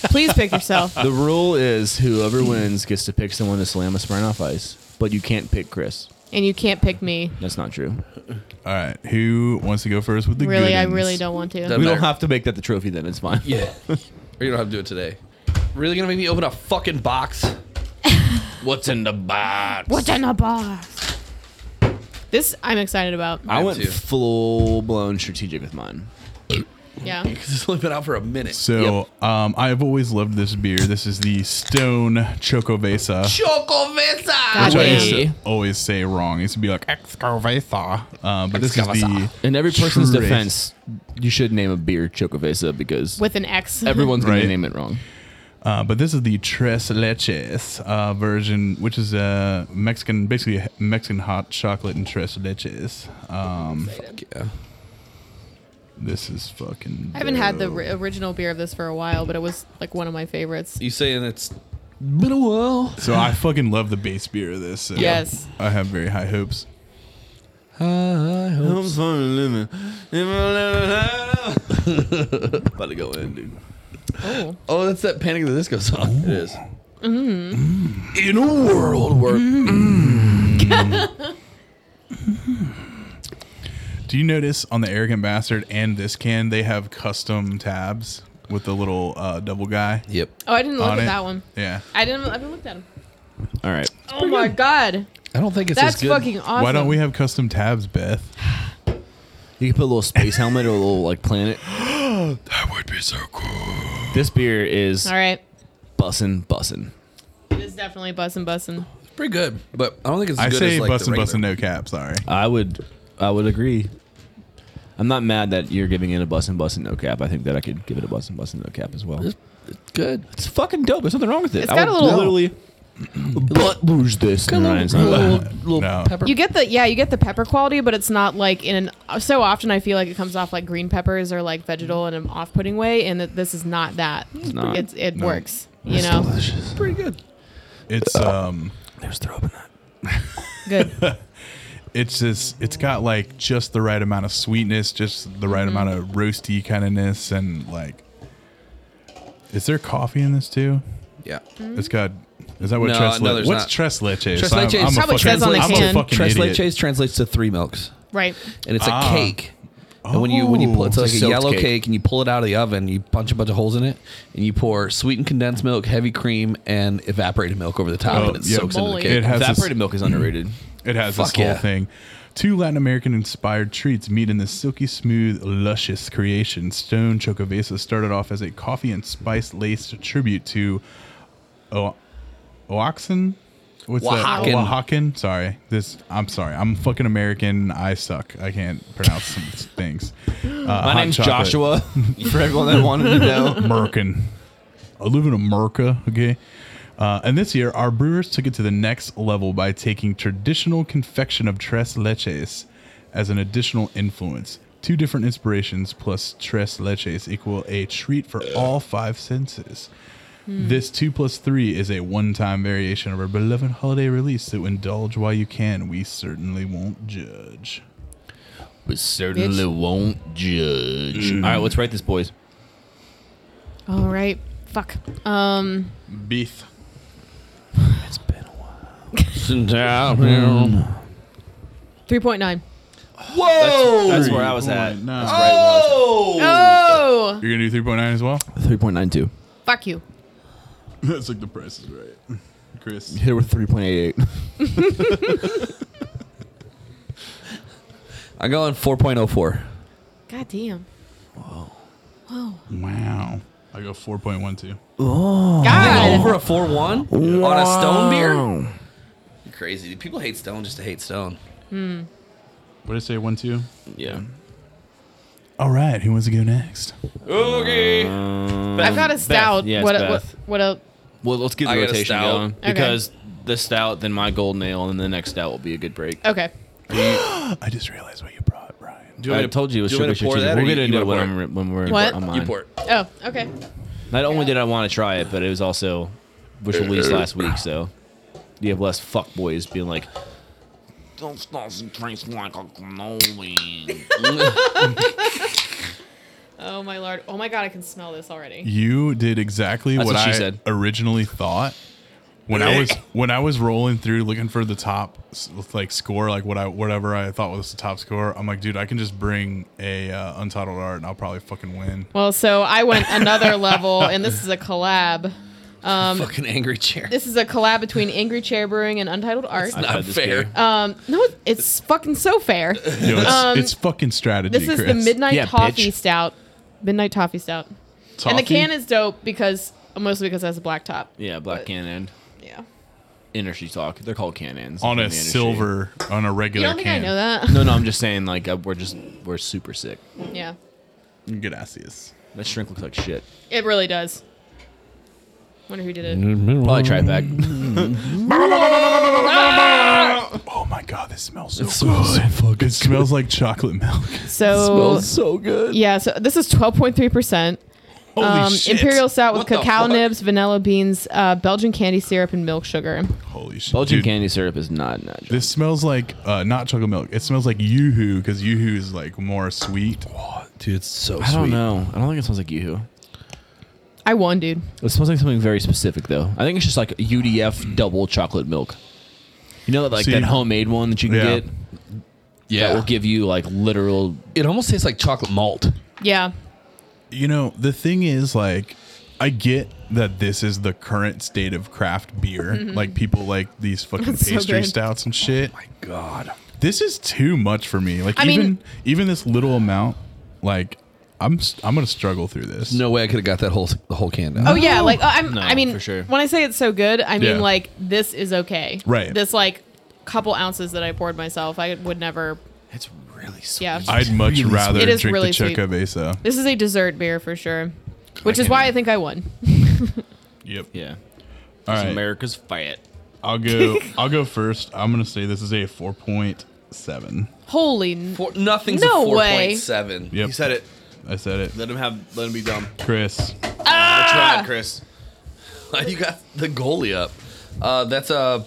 D: Please pick yourself.
E: the rule is whoever wins gets to pick someone to slam a Smirnoff Ice, but you can't pick Chris.
D: And you can't pick me.
E: That's not true.
A: All right. Who wants to go first with the
D: Really,
A: good
D: I
A: ends?
D: really don't want to.
B: Doesn't
E: we don't
B: matter.
E: have to make that the trophy then. It's fine.
B: Yeah, or you don't have to do it today. Really gonna make me open a fucking box?
E: What's in the box?
D: What's in the box? This I'm excited about.
E: I
B: am
E: went
B: too.
E: full blown strategic with mine.
D: Yeah.
B: Because it's only been out for a minute.
A: So, um, I've always loved this beer. This is the Stone Chocovesa.
D: God
A: which I used
D: damn.
A: to always say wrong. It used to be like excavator. Uh, but this is the
B: Excavator.
E: In every person's
A: Truth.
E: defense, you should name a beer Chocovesa because
D: With an X.
E: everyone's
A: Right.
E: gonna name it wrong.
A: uh, but this is the tres leches uh, version, which is a Mexican, basically Mexican hot chocolate and tres leches. Um,
B: Yeah.
A: this is fucking.
D: I haven't had the
A: dope.
D: ri- original beer of this for a while, but it was like one of my favorites.
B: You saying it's been a while?
A: So I fucking love the base beer of this. so
D: Yes.
A: I have very high hopes.
E: I'm sorry, living. About to go in, dude.
D: Oh.
B: Oh, that's that Panic at the Disco song. It is.
C: In a world where
A: Do you notice on the Arrogant Bastard and this can, they have custom tabs with the little uh, double guy?
B: Yep.
D: Oh, I didn't look
A: on
D: at
A: it?
D: that one.
A: Yeah.
D: I didn't. I haven't looked at him.
E: All right.
D: Oh my god,
B: I don't think it's as
D: that's
B: good.
D: fucking awesome.
A: Why don't we have custom tabs, Beth?
C: you can put a little space helmet or a little like planet.
A: That would be so cool.
E: This beer is
D: All right,
E: bussin' bussin'.
D: it is definitely bussin' bussin'.
B: Pretty good, but I don't think it's as
A: I
B: good
A: say
B: as like
A: bustin'
B: the regular-
A: bustin' no cap, sorry.
E: I would I would agree. I'm not mad that you're giving it a bussin' bussin' no cap. I think that I could give it a bussin' bussin' no cap as well.
B: It's good.
E: It's fucking dope. There's nothing wrong with it.
D: It's got a little-
E: literally
C: Butt lose this.
B: Got a little,
E: Ryan's not
B: little-
A: bad.
B: little
A: No.
B: pepper.
D: You get the yeah, you get the pepper quality, but it's not like in an. So often I feel like it comes off like green peppers or like vegetal in an off-putting way, and that this is not that. It's
E: not.
D: It's, it works. You know,
E: delicious.
B: pretty good.
A: It's um
E: There's throw up in that.
D: good.
A: it's just it's got like just the right amount of sweetness, just the
D: Mm-hmm.
A: right amount of roasty kindness and like Is there coffee in this too?
B: Yeah.
D: Mm-hmm.
A: It's got is that what
B: No,
A: tres
B: no,
A: le-
B: there's
A: What's
B: not.
A: tres leches?
B: Tres
A: I'm-
B: leches
A: I'm,
D: probably
A: a
D: says on
A: fucking,
D: the
A: I'm a
D: can.
A: fucking
B: Tres
A: idiot.
B: leches translates to three milks,
D: Right.
B: and it's
A: Ah.
B: a cake. And when you when you pull it's
C: Oh.
B: like
C: It's
B: a
C: a silk
B: yellow cake.
C: cake.
B: and you pull it out of the oven, you punch a bunch of holes in it, and you pour sweetened condensed milk, heavy cream, and evaporated milk over the top,
A: Oh,
B: and it
A: yeah.
B: soaks into the
D: Moly.
B: cake.
A: It has this-
E: Evaporated milk is underrated.
A: It has this
B: Fuck
A: whole
B: yeah.
A: thing. Two Latin American inspired treats meet in this silky smooth, luscious creation. Stone Chocovesa started off as a coffee and spice laced tribute to o- Oaxacan. What's that?
B: Oaxacan.
A: Oaxacan. Sorry. This I'm sorry. I'm fucking American. I suck. I can't pronounce some things. Uh,
E: My
A: hot
E: name's
A: chocolate.
E: Joshua. For everyone that wanted to know.
A: Merkin. I live in America, okay? Uh, and this year, our brewers took it to the next level by taking traditional confection of tres leches as an additional influence. Two different inspirations plus tres leches equal a treat for all five senses. This 2 plus 3 is a one time variation of our beloved holiday release, so indulge while you can. We certainly won't judge.
E: We certainly
D: Bitch.
E: won't judge. All right, let's write this, boys.
D: All right. Fuck. Um.
A: Beef.
E: It's been a while.
B: Whoa!
D: Three point nine.
E: That's where I was at.
D: Oh.
A: You're going to do 3.9 as well?
E: 3.92.
D: Fuck you.
A: That's like the price is right. Chris.
C: Hit it with 3.88.
B: I'm going 4.04.
D: God damn.
A: Wow. I go 4.12.
D: God.
B: Over a 4.1 on a stone beer. You're crazy. People hate stone just to hate stone.
A: What did I say, 1.2?
E: Yeah.
A: All right, who wants to go next?
B: Okay.
D: I've got a stout.
E: Yeah, it's
D: what, a, what?
E: Beth.
D: What a.
E: Well, let's get the
B: I got a
E: rotation
B: stout.
E: going.
D: Okay.
E: Because the stout, then my golden ale, and then the next stout will be a good break.
D: Okay.
A: I just realized what you brought, Brian.
B: Do you want
E: I
B: me to-
E: told you it was
B: do you want
E: sugar
B: me to pour
E: strategic.
B: that or
E: We'll get
B: you-
E: into
B: you
E: it when,
B: wanna
E: I'm,
B: pour
E: re- when we're
D: What?
E: on
D: You
E: mine.
B: You pour it.
D: Oh. Okay.
E: Not only did I want to try it, but it was also which
B: Uh,
E: released last week, so you have less fuckboys being like,
G: Those doesn't taste like a cannoli.
D: Oh my lord. Oh my god. I can smell this already.
A: You did exactly
E: That's
A: what,
E: what she
A: I
E: said.
A: originally thought. When I was when I was rolling through looking for the top s- like score, like what I whatever I thought was the top score, I'm like, dude, I can just bring a uh, Untitled Art and I'll probably fucking win.
D: Well, so I went another level, and this is a collab. Um,
B: Fucking angry chair.
D: This is a collab between Angry Chair Brewing and Untitled Art.
E: I've
B: Not
E: had this
B: fair.
E: beer.
D: Um, no, it- it's fucking so fair.
A: You know, it's, it's fucking strategy.
D: Um, This is
A: Chris.
D: the Midnight
E: Yeah,
D: Toffee
E: bitch.
D: Stout. Midnight Toffee Stout. And the can is dope because mostly because it has a black top.
E: yeah, black
D: But-
E: can end.
D: Yeah.
E: Industry talk. They're called can ends.
A: on
E: in
A: a
E: the industry.
A: silver on a
D: You
A: regular.
D: don't think I
A: can.
D: know that?
E: No, no, I'm just saying, like, uh, we're just, we're super sick.
D: yeah.
A: Gracias.
E: That shrink looks like shit.
D: It really does. Wonder who did it.
E: Probably try it back.
A: Oh my god, this smells so, good. it smells like chocolate milk.
D: So
C: so good.
D: yeah, so this is twelve point three percent.
A: Holy
D: Um,
A: shit.
D: imperial stout with
E: What the
D: cacao
E: fuck?
D: nibs, vanilla beans, uh, Belgian candy syrup, and milk sugar.
A: Holy shit.
E: Belgian
A: dude.
E: candy syrup is not natural.
A: This smells like uh, not chocolate milk. It smells like yoo-hoo because yoo-hoo is like more sweet.
B: Dude, it's so
E: I don't know. I don't think it smells like yoo-hoo.
D: I won, dude.
E: It smells like something very specific, though. I think it's just like UDF double chocolate milk. You know, like
A: See-
E: that homemade one that you can
A: Yeah.
E: get that
B: Yeah.
E: will give you like literal.
B: it almost tastes like chocolate malt.
D: Yeah.
A: You know, the thing is, like, I get that this is the current state of craft beer. Like, people like these fucking
D: That's so
A: pastry
D: good.
A: stouts and shit.
B: God.
A: this is too much for me. Like,
D: I mean-
A: even even this little amount, like, I'm s- I'm gonna struggle through this.
B: No way I could have got that whole the whole can down.
D: Oh yeah, like I'm.
E: No,
D: I mean,
E: for sure.
D: when I say it's so good, I mean
A: Yeah.
D: like this is okay.
A: Right.
D: This like couple ounces that I poured myself, I would never.
E: It's really sweet.
D: Yeah.
A: I'd much rather
D: It is
A: drink
D: really
A: the
D: sweet.
A: Choco Besa.
D: This is a dessert beer for sure, which is
E: can't
D: why
E: even-
D: I think I won.
A: Yep.
E: Yeah.
A: All
E: It's
A: right.
E: America's fat.
A: I'll go. I'll go first. I'm gonna say this is a four point seven.
D: Holy. n-
B: Four, nothing's
D: No
B: a four
D: way.
B: point seven.
A: Yep.
B: You said it.
A: I said it,
B: Let him have. Let him be dumb.
A: Chris.
B: Try it, Chris. you got the goalie up. Uh, that's a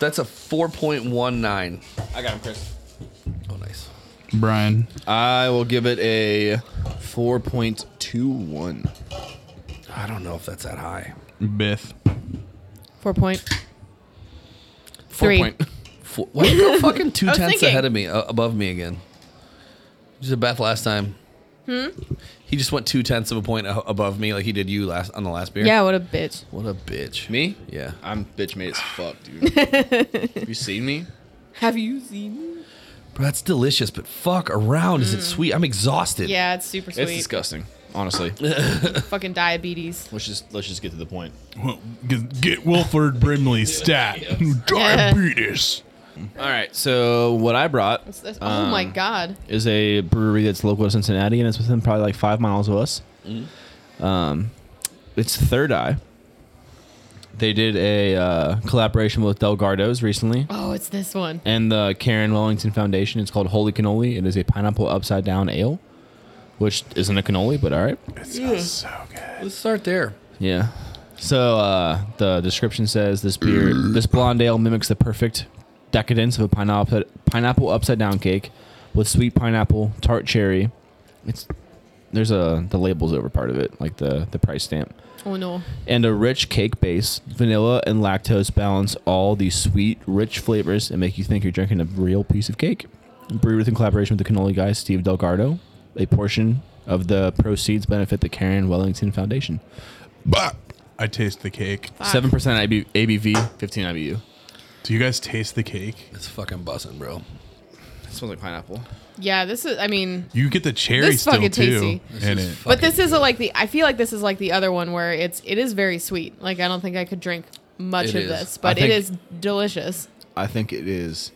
B: that's a four point one nine.
E: I got him, Chris.
B: Oh, nice.
A: Brian.
C: I will give it a 4.21.
B: I don't know if that's that high.
A: Biff.
D: Four point.
B: Four
D: Three.
B: point. Four, why you go fucking two
D: I was
B: tenths
D: thinking.
B: ahead of me, uh, above me again? You said Beth last time. Hmm. He just went two tenths of a point a- above me, like he did you last on the last beer.
D: Yeah, what a bitch.
B: What a bitch.
C: Me?
B: Yeah.
C: I'm bitch made as fuck, dude. have you seen me?
D: Have you seen?
B: Bro, that's delicious, but fuck around. Is it sweet? I'm exhausted.
D: Hmm. Yeah, it's super
E: It's
D: sweet.
E: disgusting, honestly.
D: Fucking diabetes.
E: let's just let's just get to the point.
A: Well, get, get Wilford Brimley stat. Diabetes.
E: All right. So what I brought
D: It's- it's- oh my
E: Um,
D: god.
E: is a brewery that's local to Cincinnati, and it's within probably like five miles of us. Um, it's Third Eye. They did a uh, collaboration with Delgardo's recently,
D: Oh, it's this one.
E: and the Karen Wellington Foundation. It's called Holy Cannoli. It is a pineapple upside down ale, which isn't a cannoli, but all right.
A: It smells so good.
B: Let's start there.
E: Yeah. So uh, the description says this beer, this blonde ale mimics the perfect decadence of a pineapple pineapple upside down cake with sweet pineapple, tart cherry. It's there's a the labels over part of it, like the the price stamp,
D: Oh no.
E: and a rich cake base. Vanilla and lactose balance all these sweet, rich flavors and make you think you're drinking a real piece of cake. Brewed with in collaboration with the cannoli guy Steve Delgado, a portion of the proceeds benefit the Karen Wellington Foundation.
A: Bah. I taste the cake.
E: Seven percent ABV, fifteen IBU.
A: Do you guys taste the cake?
B: It's fucking buzzing, bro.
E: It smells like pineapple.
D: Yeah, this is. I mean,
A: You get the cherry
D: This is
A: still
D: fucking
A: too
D: tasty.
A: in
B: is
A: it.
D: but this
B: Fucking
D: is a, like the. I feel like this is like the other one where it's. It is very sweet. Like I don't think I could drink much
B: It
D: of
B: is.
D: this, but
E: I
D: it
E: think-
D: is delicious.
C: I think it is.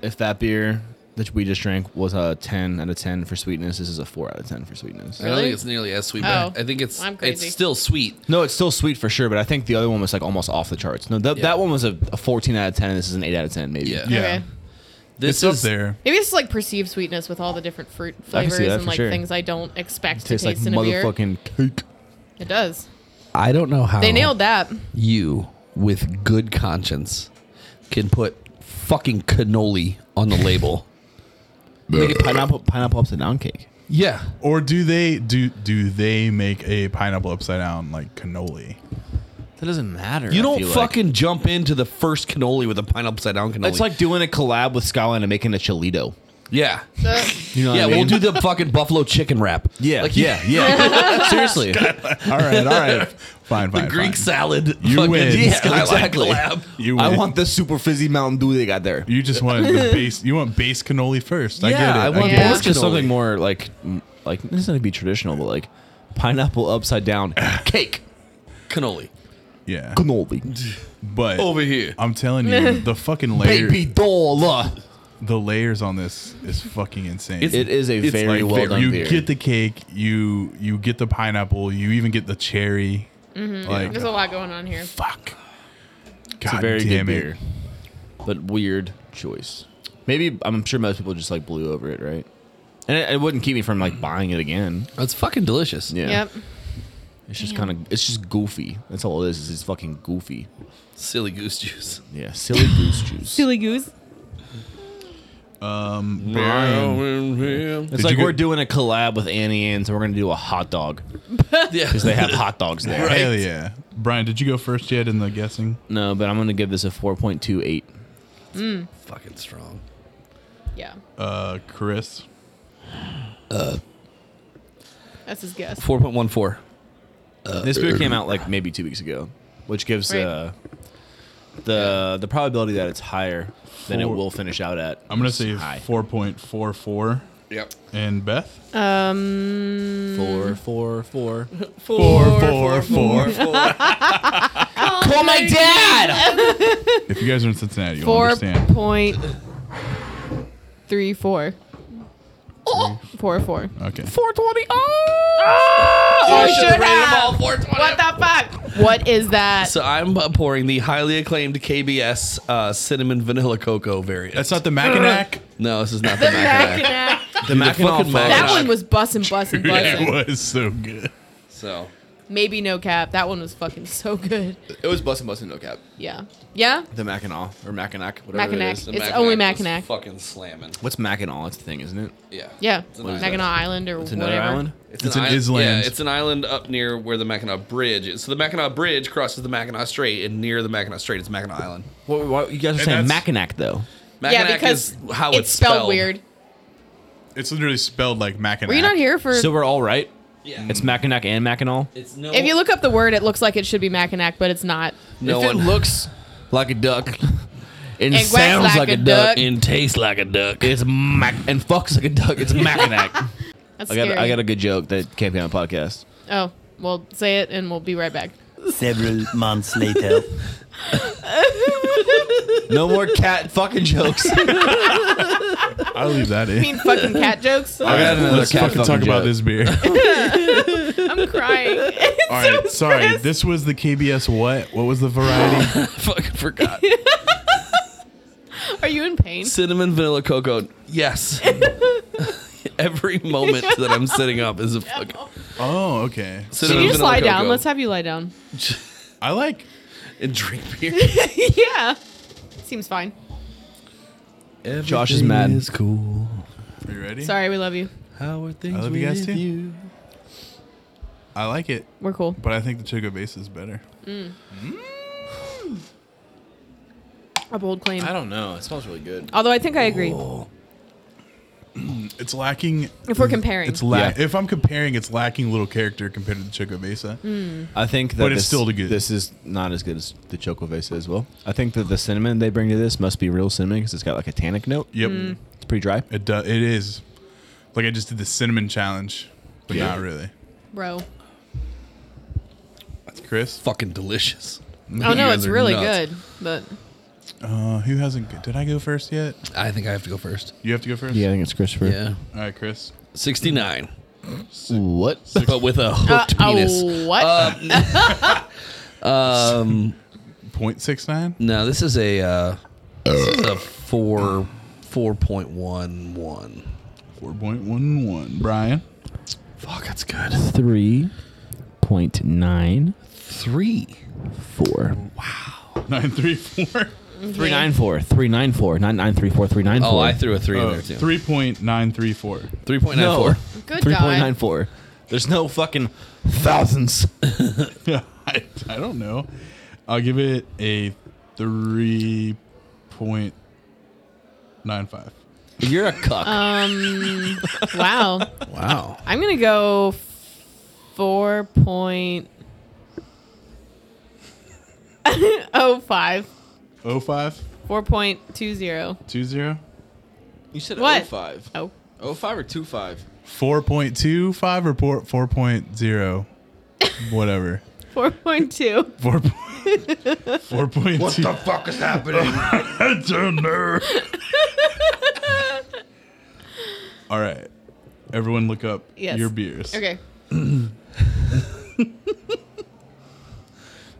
E: If that beer that we just drank was a ten out of ten for sweetness, this is a four out of ten for sweetness.
B: I don't
D: Really?
B: think it's nearly as sweet.
D: Oh.
B: but I think it's
D: I'm crazy.
B: it's still sweet.
E: No, it's still sweet for sure, but I think the other one was like almost off the charts. No, that
B: Yeah.
E: that one was a, a fourteen out of ten, and this is an eight out of ten, maybe.
B: Yeah.
A: Yeah.
D: Okay.
B: This
A: it's up
B: is
A: there.
D: Maybe it's like perceived sweetness with all the different fruit
E: I can
D: flavors
E: see that
D: and
E: for
D: like
E: sure.
D: things I don't expect to
E: tastes
D: taste
E: like
D: in a beer.
E: motherfucking cake.
D: It does.
B: I don't know how
D: They nailed that.
B: you with good conscience can put fucking cannoli on the label.
E: Make it pineapple pineapple upside down cake.
B: yeah.
A: Or do they do do they make a pineapple upside down like cannoli?
E: That doesn't matter.
B: You
E: I
B: don't
E: feel like.
B: fucking jump into the first cannoli with a pineapple upside down cannoli.
E: It's like doing a collab with Scotland and making a Cholito.
B: yeah.
D: Uh,
E: You know
B: yeah,
E: what I mean?
B: we'll do the fucking buffalo chicken wrap.
E: yeah,
B: Like,
E: yeah, yeah. Seriously.
A: All right, all right. Fine, fine.
B: The Greek
A: fine.
B: salad.
A: You
B: fucking
A: win.
B: Yeah,
A: Skyline
B: exactly.
A: collab. You
C: I
A: win.
C: want the super fizzy Mountain Dew they got there.
A: You just want the base. You want base cannoli first. I
B: Yeah,
A: get it.
B: I
A: I
B: want
A: get it.
D: Yeah.
E: It's just
B: Cannoli.
E: something more like m- like this is gonna be traditional, but like pineapple upside down cake
B: Cannoli.
A: Yeah,
E: cannoli.
A: but
B: Over here.
A: I'm telling you, the fucking layer,
E: Baby dollar.
A: the layers on this is fucking insane.
E: It is a very well done
A: you
E: beer.
A: get the cake, you you get the pineapple, you even get the cherry.
B: Mm-hmm.
A: Like
D: there's a lot going on here.
A: fuck. God
E: it's a very good
A: damn it.
E: beer, but weird choice. Maybe I'm sure most people just like blew over it, right? And it, it wouldn't keep me from like buying it again.
B: That's fucking delicious.
E: Yeah,
D: Yep.
E: it's just kind of it's just goofy. That's all it is. Is it's fucking goofy.
B: Silly goose juice.
E: Yeah, silly goose juice.
D: Silly goose.
A: Um, Baron,
E: It's
A: Did
E: like
A: you
E: we're
A: get-
E: doing a collab with Annie Ann's and we're going to do a hot dog
B: Yeah.
E: because they have hot dogs there.
A: hell yeah. Brian, did you go first yet in the guessing?
E: No, but I'm going to give this a 4.28.
B: Fucking strong.
D: Yeah,
E: Oh.
A: Uh, Chris,
D: that's his guess.
B: 4.14.
E: this beer came out like maybe two weeks ago, which gives
D: Right.
E: uh, the the probability that it's higher than it
A: Four-
E: will finish out at.
A: I'm gonna
E: is
A: say
E: high.
A: 4.44.
B: Yep.
A: And Beth,
D: Um,
E: Four, four, four.
A: four, four, four.
E: Call my dad.
A: If you guys are in Cincinnati, you'll
D: four
A: understand.
D: point three four. Four four.
A: Okay.
D: Oh, you should have. What the fuck? What is that?
B: So I'm uh, pouring the highly acclaimed KBS uh, cinnamon vanilla cocoa variant.
A: That's not the Mackinac.
B: no, this is not the Mackinac.
E: The Mackinac
B: fucking
E: Falls.
D: that one was bussin' bussin' bussin'.
A: It was so good.
B: So
D: Maybe no cap. That one was fucking so good.
H: It was bustin' bustin' no cap.
D: Yeah. Yeah.
E: The Mackinac or Mackinac, whatever
D: Mackinac.
E: it is.
D: It's only Mackinac.
B: Fucking slamming.
E: What's Mackinac? It's a thing, isn't it?
B: Yeah.
D: Yeah.
B: It's another
D: Mackinac Island or
E: It's another
D: whatever.
E: island.
A: It's an island.
B: Yeah, it's an island up near where the Mackinac Bridge is. So the Mackinac Bridge crosses the Mackinac Strait, and near the Mackinac Strait is Mackinac Island.
E: What, what, you guys
A: And
E: are saying
A: that's-
E: Mackinac though.
B: Mackinac
D: yeah, because
B: is how it's,
D: it's spelled, weird.
A: It's literally spelled like Mackinac.
D: Were you not here for?
E: So we're all right.
B: Yeah.
E: It's Mackinac and Mackinac.
B: It's no.
D: if you look up the word, it looks like it should be Mackinac, but it's not.
B: no
E: if it
B: one
E: looks like a duck and
D: And
E: sounds like, a duck,
B: and tastes like a duck.
E: it's mac and fucks like a duck, it's Mackinac.
D: That's
E: I
D: scary.
E: got I got a good joke that can't be on a podcast.
D: Oh, well, say it, and we'll be right back.
F: Several months later.
E: No more cat fucking jokes.
A: I'll leave that in.
D: I mean, fucking cat jokes.
E: I got another
A: Let's
E: cat
A: fucking talk
E: fucking
A: about
E: joke.
A: this beer.
D: I'm crying.
A: All right, sorry. This was the KBS what? What was the variety?
B: fucking forgot.
D: Are you in pain?
B: cinnamon vanilla cocoa. Yes. Every moment that I'm sitting up is a fucking.
A: oh, okay.
D: Should
B: cinnamon
D: you just
B: vanilla
D: lie down?
B: cocoa.
D: Let's have you lie down.
A: I like
B: and drink beer.
D: yeah. Seems fine.
E: Josh is mad.
B: It's cool.
A: Are you ready?
D: Sorry, we love you.
B: How are things
A: I love you guys too. I like it,
D: We're cool.
A: but I think the Choco Base is better.
D: A bold claim.
E: don't know. It smells really good.
D: Although I think I agree.
A: It's lacking.
D: If we're comparing.
A: It's la-
E: Yeah.
A: If I'm comparing, it's lacking little character compared to the Choco Mesa.
E: I think that
A: But it's
E: this-
A: still good.
E: This is not as good as the Choco Vesa as well. I think that the cinnamon they bring to this must be real cinnamon because it's got like a tannic note.
A: Yep,
D: Mm-hmm.
E: It's pretty dry.
A: it do- It is. Like I just did the cinnamon challenge, but
E: Yeah.
A: not really.
D: Bro.
A: Chris,
B: Fucking delicious.
D: Oh, no,
B: guys
D: it's
B: are
D: really
B: nuts.
D: good. But
A: uh, who hasn't? g- Did I go first yet?
B: I think I have to go first.
A: You have to go first.
E: Yeah, I think it's Christopher.
B: Yeah.
A: All right, Chris.
B: 69.
E: What?
B: But with a hooked
D: Uh,
B: penis.
D: Oh, what?
B: Um,
A: Point six nine.
B: no, this is a uh, this is a 4 4.11.
A: Four point one one. Brian.
B: Fuck, that's good.
E: Three point nine
B: 3.
E: four.
A: Nine three four.
E: Three nine four. Three nine four. Not nine three four. Three nine
B: Oh,
E: four.
B: I threw a 3 in
A: Oh,
B: there too.
A: three point nine three four.
B: 3.94.
E: No.
D: Good
E: Three point nine
D: God.
E: four. There's no fucking thousands.
A: I, I don't know. I'll give it a three point nine five.
E: You're a cuck.
D: Um, wow.
B: Wow.
D: I'm going to go 4.05.
A: Oh five
D: 4.20.
A: two zero.
H: You said
D: What?
H: 05.
D: Oh.
H: 05 or 25?
A: Four point two five or four four point zero. Whatever.
D: 4.2.
A: Four point four point two.
H: fuck is happening?
A: All right. Everyone look up
D: Yes.
A: your beers.
D: Okay.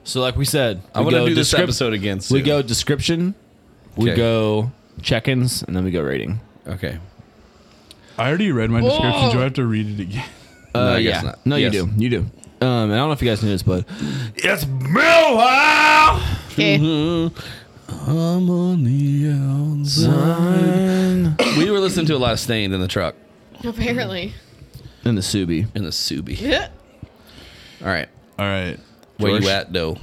E: so like we said,
B: I
E: we
B: want to
E: go
B: do this
E: descrip-
B: episode again soon.
E: We go description. We
B: Okay.
E: go check-ins, and then we go rating.
B: Okay.
A: I already read my description.
D: Whoa.
A: Do I have to read it again?
E: Uh,
B: I
E: yeah.
B: guess not.
E: No,
B: Yes.
E: you do. You do. Um, and I don't know if you guys knew this, but
D: Okay.
B: I'm on the outside. we were listening to a lot of Stained in the truck
D: Apparently.
C: And the Subi.
B: in the Subi.
D: yeah.
B: All right,
A: All right.
B: where
C: George?
B: you at, though?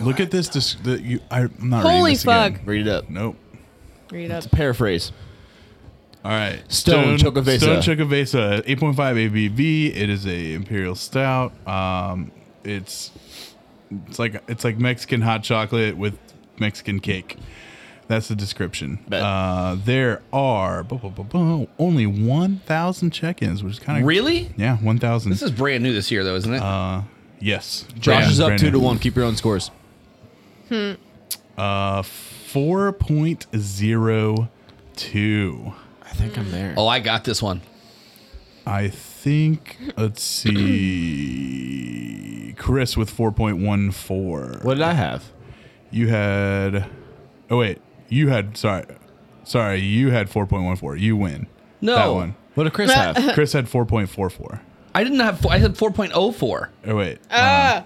A: Look at this. Dis- the, you, I, am not reading
D: Holy
A: this again.
D: fuck.
C: Read it up.
A: Nope.
D: Read up.
C: Paraphrase.
A: All right.
C: Stone Chocovesa.
A: Stone Chocovesa, 8.5 ABV. It is a imperial stout. Um, it's it's like it's like Mexican hot chocolate with Mexican cake. That's the description.
C: Bet.
A: Uh, there are bu- bu- bu- bu- only 1,000 check-ins, which is kind of
B: Really?
A: Yeah, 1,000.
B: This is brand new this year, though, isn't it?
A: yes.
C: Josh
A: Brand-
C: is up
A: brand
C: two
A: new.
C: to one. Keep your own scores.
A: Uh, 4.02.
E: I think I'm there.
B: oh, I got this one.
A: I think let's see. Chris with 4.14.
E: What did I have?
A: You had Oh wait, you had sorry. Sorry, you had 4.14. You win.
B: No.
A: That one.
E: What did Chris have?
A: Chris had 4.44.
B: I didn't have. Four, I had 4.04.
A: Oh wait.
D: Ah.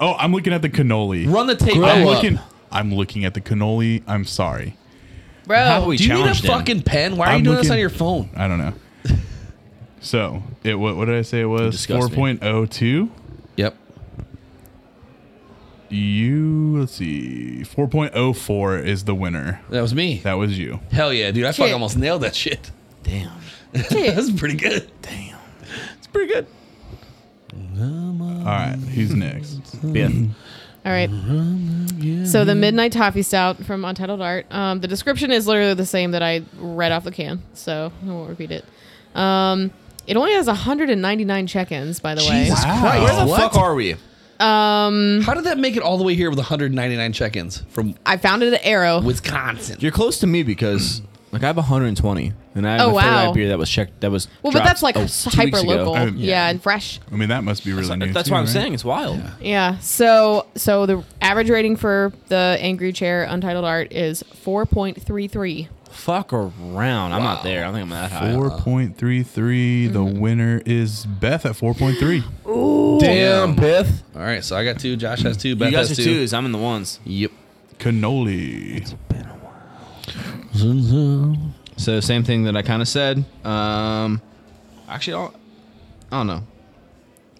A: Oh, I'm looking at the cannoli.
B: Run the tape.
A: I'm
B: back.
A: looking I'm looking at the cannoli. I'm sorry.
D: bro.
E: How we
B: Do you need a
E: challenged him.
B: fucking pen? Why are
A: I'm
B: you doing this
A: looking-
B: on your phone?
A: I don't know. So, it what, what did I say it was?
E: disgust me.
A: 4.02.
B: Yep.
A: You let's see. 4.04 is the winner.
B: That was me.
A: That was you.
B: Hell yeah, dude. I
D: Shit.
B: fucking almost nailed that shit.
F: Damn.
B: That's pretty good. Damn. It's pretty good.
A: All right, who's next?
D: All right. So the Midnight Toffee Stout from Untitled Art. Um, the description is literally the same that I read off the can, so I won't repeat it. Um, it only has 199 check-ins, by the way.
B: Jesus
A: Wow.
B: Christ.
A: Where the
B: what?
E: fuck are we?
B: How did that make it all the way here with 199 check ins from
D: I found it at Arrow.
B: Wisconsin?
E: You're close to me because like I have 120, and I have
D: Oh,
E: a third
D: wow.
E: eye beer that was checked. That was
D: well, but
E: dropped,
D: that's like
E: oh, two
D: hyper
E: weeks ago.
D: local,
A: Oh,
D: yeah.
A: yeah.
D: and fresh.
A: I mean, that must be really new.
E: That's
A: too,
E: why I'm
A: right?
E: saying it's wild.
D: Yeah. So so the average rating for the Angry Chair Untitled Art is 4.33.
E: Fuck around. I'm not there. I think I'm that high.
A: Four point three three. The winner is Beth at four point three.
C: Damn, Beth.
B: all right, so I got two. Josh has two. Beth
E: You guys are
B: has two.
E: twos. I'm in the ones.
B: Yep.
A: Cannoli.
E: So same thing that I kind of said. Um, actually, I'll, I don't know.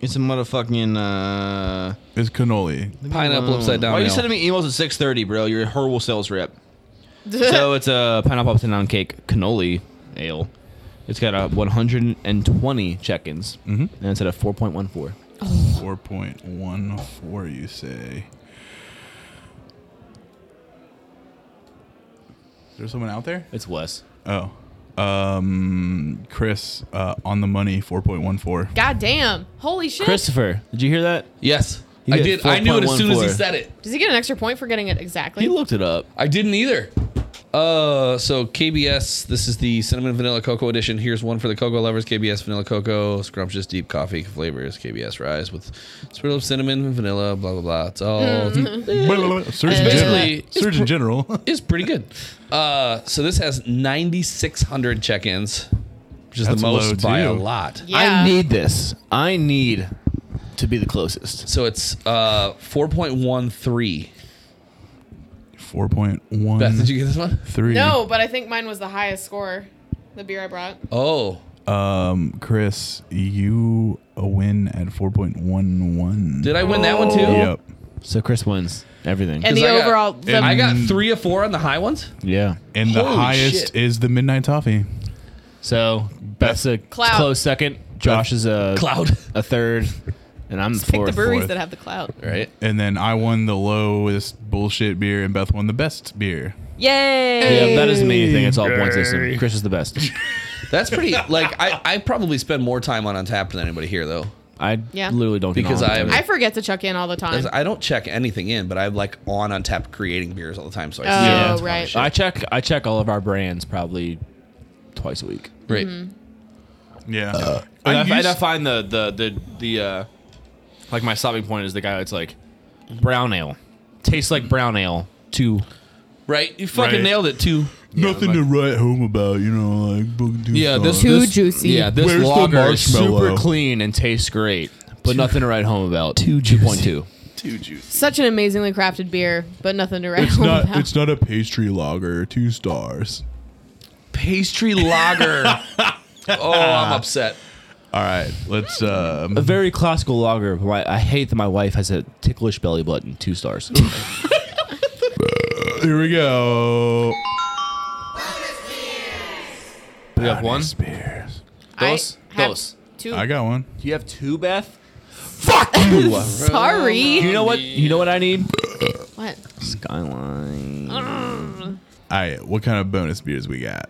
E: It's a motherfucking. Uh,
A: It's cannoli.
B: Pineapple upside down.
E: Why are you
B: ale.
E: sending me emails at six thirty, bro? You're a horrible sales rep. so it's a pineapple upside down cake cannoli ale. It's got a 120 check-ins, mm-hmm. and it's at a 4.14.
A: Four point one four. You say. Is there someone out there?
E: It's Wes.
A: Oh, um, Chris uh, on the money. Four point one four.
D: God damn. Holy shit.
E: Christopher, did you hear that?
B: Yes.
E: You
B: I
E: get
B: did. I knew it as soon as he
E: 4.14.
B: said it.
D: Does he get an extra point for getting it exactly?
E: He looked it up.
B: I didn't either. Uh, so KBS, this is the cinnamon vanilla cocoa edition. Here's one for the cocoa lovers: KBS vanilla cocoa, scrumptious deep coffee flavors, KBS rise with swirl of cinnamon, vanilla, blah blah blah. It's all
D: Hmm.
E: Uh,
A: Surgeon General.
B: basically-
A: Surgeon General.
B: it's pretty good. Uh, so this has 9,600 check-ins, which is
A: That's
B: the
A: low,
B: most by a
A: too.
B: lot.
D: yeah.
C: I need this. I need to be the closest.
B: So it's uh 4.13.
A: Four point one.
B: Beth, did you get this one?
A: Three.
D: no, but I think mine was the highest score. The beer I brought.
B: Oh,
A: Um, Chris, you a win at 4.11.
B: did I win that one too?
A: Yep.
E: So Chris wins everything.
D: Oh. And
B: 'Cause
D: the
B: I got-
D: overall the
B: I got three of four on the high ones.
E: yeah.
A: And the
B: Holy
A: highest
B: shit.
A: is the Midnight Toffee.
E: So Beth's a
D: Cloud.
E: close second. Josh is a
B: Cloud.
E: a third, and I'm
D: pick
E: fourth.
D: the breweries
A: fourth.
D: that have the clout.
B: Right.
A: And then I won the lowest bullshit beer, and Beth won the best beer.
D: Yay!
E: Yeah, that is the main thing. It's all point system. Chris is the best.
B: That's pretty. like I, I probably spend more time on Untapped than anybody here though,
E: I
D: Yeah.
E: literally don't get
B: Because
E: on with
B: I am-
E: it.
D: I forget to chuck in all the
B: 'Cause
D: time.
B: I don't check anything in, but I'm like on Untapped creating beers all the time. So I
D: Oh,
B: see
E: Yeah.
D: right.
E: I check I check all of our brands probably twice a week.
B: it. Right.
D: Mm-hmm.
A: Yeah.
E: And
A: I
E: I, and I
A: used-
E: find the the the the uh, like my stopping point is the guy that's like brown ale tastes like brown ale to
B: Right. You fucking
A: Right.
B: nailed it too.
A: Nothing to write home about, you know, like fucking do stuff.
D: Too this- juicy.
E: Yeah,
D: yeah,
A: this
E: this
A: Where's the lager
E: lager
A: is
E: is
A: marshmallow?
E: super
A: super
E: clean and tastes great, but nothing to write home about. Two point two.
D: Such an amazingly crafted beer, but nothing to write
A: It's
D: home
A: not
D: about.
A: it's not a pastry lager, two stars.
B: pastry lager. oh, I'm upset.
A: All right, let's. Um,
E: A very classical lager. but My, I hate that my wife has a ticklish belly button. Two stars.
A: here we go.
H: We have one.
A: Spears.
H: Dos?
D: have
H: Dos.
D: Two.
A: I got one.
H: Do you have two, Beth?
D: Sorry.
E: you know what? You know what I need?
D: What?
E: Skyline.
A: All right, what kind of bonus beers we got?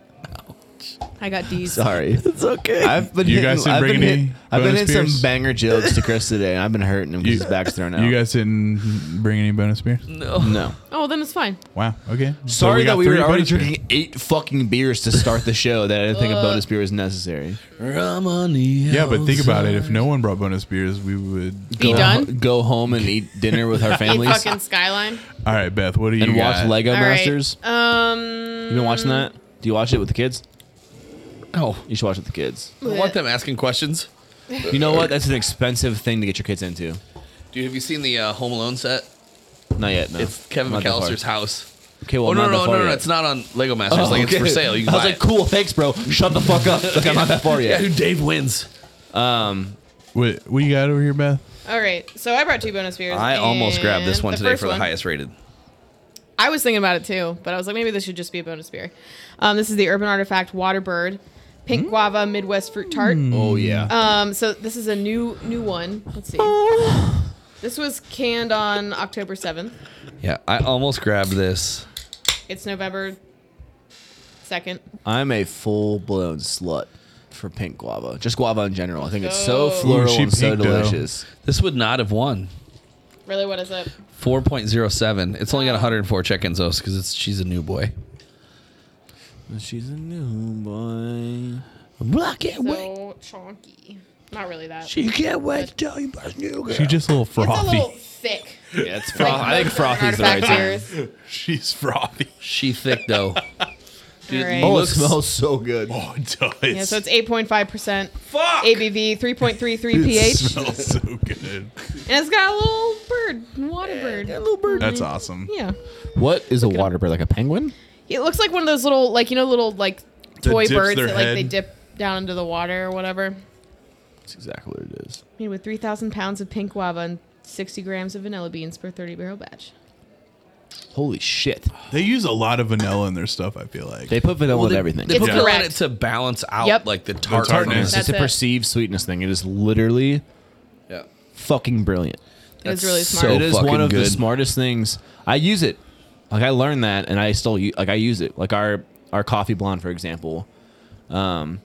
D: I got D's.
C: Sorry.
B: It's okay.
C: I've been
A: You
C: hitting,
A: guys didn't
C: I've
A: bring
C: been
A: any
C: hit- I've been
A: bonus
C: hitting
A: beers?
C: some banger jokes to Chris today, and I've been hurting him
A: You-
C: because his back's thrown out.
A: You guys didn't bring any bonus beers?
C: no.
D: Oh, then it's fine.
A: Wow. Okay. So
C: Sorry that
A: got
C: we
A: three
C: were already
A: bonus beers. Uh,
C: drinking eight fucking beers to start the show. That I didn't think a bonus beer was necessary.
A: Yeah, but think about it. If no one brought bonus beers, we would.
D: Be
C: go,
D: done?
C: Uh, Go home and eat dinner with our
D: Eat
C: families
D: fucking Skyline.
A: All right, Beth. What do you
E: and watch
A: got?
E: Lego
D: All right.
E: Masters.
D: Um.
E: You been watching that? Do you watch it with the kids?
B: Oh,
E: You should watch it with the kids.
B: I don't want them asking questions.
E: You know what? That's an expensive thing to get your kids into.
B: Dude, have you seen the uh, Home Alone set?
E: Not yet. No.
B: It's Kevin
E: Not that far.
B: McAllister's house.
E: Okay, well,
B: Oh
E: I'm
B: no
E: not
B: no
E: that
B: no
E: far
B: no,
E: yet. Oh,
B: It's not on Lego Masters. like it's for
E: okay.
B: sale. You
E: I
B: can
E: was
B: buy
E: like,
B: it.
E: cool, thanks, bro. Shut the fuck up. Like, I'm not that far
B: Yeah,
E: yet.
B: who Dave wins?
E: Um,
A: What, what you got over here, Beth?
D: All right. So I brought two bonus beers.
B: I almost grabbed this
D: and
B: one
D: the
B: today
D: first
B: for the
D: one-
B: highest rated.
D: I was thinking about it too, but I was like, maybe this should just be a bonus beer. Um, this is the Urban Artifact Waterbird
B: Hmm?
D: Pink Guava Midwest Fruit Tart.
C: Oh yeah.
D: Um, so this is a new new one. Let's see. This was canned on October seventh.
B: Yeah, I almost grabbed this.
D: It's November second.
C: I'm a full blown slut for pink guava. Just guava in general. I think it's so
D: Ooh,
C: floral
A: she
C: and so
A: peaked, though.
C: delicious.
B: This would not have won.
D: Really, what is it?
B: 4.07. It's only got 104 check-ins though, because it's she's a new boy.
C: She's a new boy.
B: I can't
D: So chonky. Not really that.
B: You can't wait till you bust new girl.
A: She's just a little frothy.
D: It's a little thick.
E: yeah, it's fro- I think frothy is
D: Frothy's
E: the right term.
A: She's frothy.
B: She thick though.
D: All right.
C: Oh, it
B: Looks-
C: smells so good.
A: Oh, it does.
D: Yeah, so it's 8.5% ABV, 3.33
A: It
D: pH, and
A: smells so good.
D: it's got a little bird, water bird. Yeah, little bird.
A: That's awesome.
D: Yeah.
C: What is a water bird? Like a penguin?
D: It looks like one of those little, like, you know, little, like,
A: That
D: toy
A: dips
D: birds
A: their
D: that, like, they
A: head.
D: dip down into the water or whatever.
C: That's exactly what it is.
D: Made with 3,000 pounds of pink guava and 60 grams of vanilla beans per 30 barrel batch.
C: Holy shit.
A: They use a lot of vanilla in their stuff. I feel like.
C: They put vanilla
B: they-
C: in everything.
B: They put
D: It's
B: vanilla in it
D: correct.
B: to balance out
D: Yep.
B: like the tart.
A: tartness.
E: It's
D: That's
E: just a
D: it.
E: perceived sweetness thing. It is literally
B: Yeah.
C: Fucking brilliant.
D: It's
B: That's
D: really smart.
B: so
E: it is
B: fucking
E: one of the
B: good.
E: smartest things. I use it. Like I learned that, and I still u- like I use it. Like our our coffee blonde, for example. Um,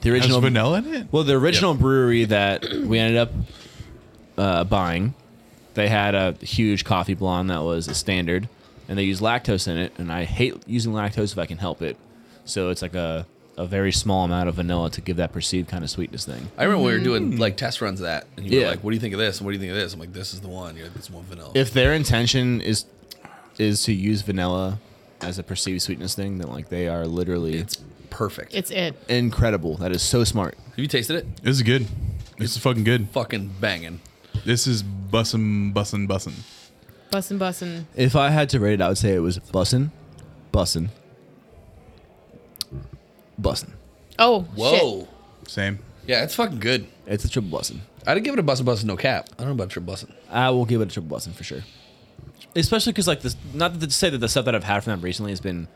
E: the
A: Has
E: original
A: vanilla in it.
E: Well, the original brewery that we ended up uh, buying, they had a huge coffee blonde that was a standard, and they used lactose in it. And I hate using lactose if I can help it. So it's like a, a very small amount of vanilla to give that perceived kind of sweetness thing.
B: I remember we were doing
D: Mm.
B: like test runs of that, and you
E: Yeah.
B: were like, "What do you think of this? And what do you think of this?" I'm like, "This is the one. You're like, this one vanilla."
E: If their intention is is to use vanilla as a perceived sweetness thing, then like they are literally
B: it's perfect.
D: It's it.
E: incredible. That is so smart.
B: Have you tasted it?
A: This is good. This is fucking good.
B: Fucking banging.
A: This is bussin', bussin', bussin'.
D: Bussin', bussin'.
E: If I had to rate it, I would
C: Say it was bussin', bussin', bussin'.
D: Oh,
B: Whoa.
D: shit.
A: Same.
B: Yeah, it's fucking good.
C: It's a triple bussin'.
B: I'd give it a bussin' bussin' no cap. I don't know about your bussin'.
C: I will give it a triple bussin' for sure.
E: especially because like this not to say that the stuff that i've had from them recently has been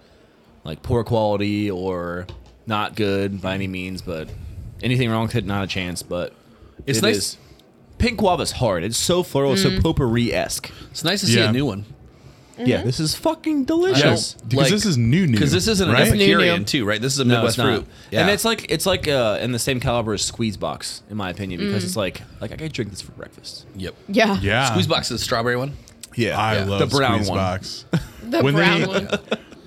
E: like poor quality or not good by any means but anything wrong with it not a chance but
B: It's
E: it
B: nice.
E: is- pink guava's hard it's so floral it's so potpourri-esque
B: It's nice to see
A: Yeah.
B: a new one
E: yeah this is fucking
B: I don't
E: delicious
A: Because this is new, new.
B: because this isn't an
A: right?
D: new, new.
B: Epicurean too, right? This is a
E: no,
B: Midwest
E: it's not.
B: fruit, yeah.
E: And it's like it's like uh, in the same caliber as Squeeze Box, in my opinion, because it's like like I could drink this for breakfast.
B: yep.
D: Yeah.
A: Yeah.
B: Squeeze box is the strawberry one.
A: Yeah. I
B: Yeah.
A: love
E: The brown
A: squeeze
E: one.
A: box.
D: The
A: When
D: brown
A: they-
D: one.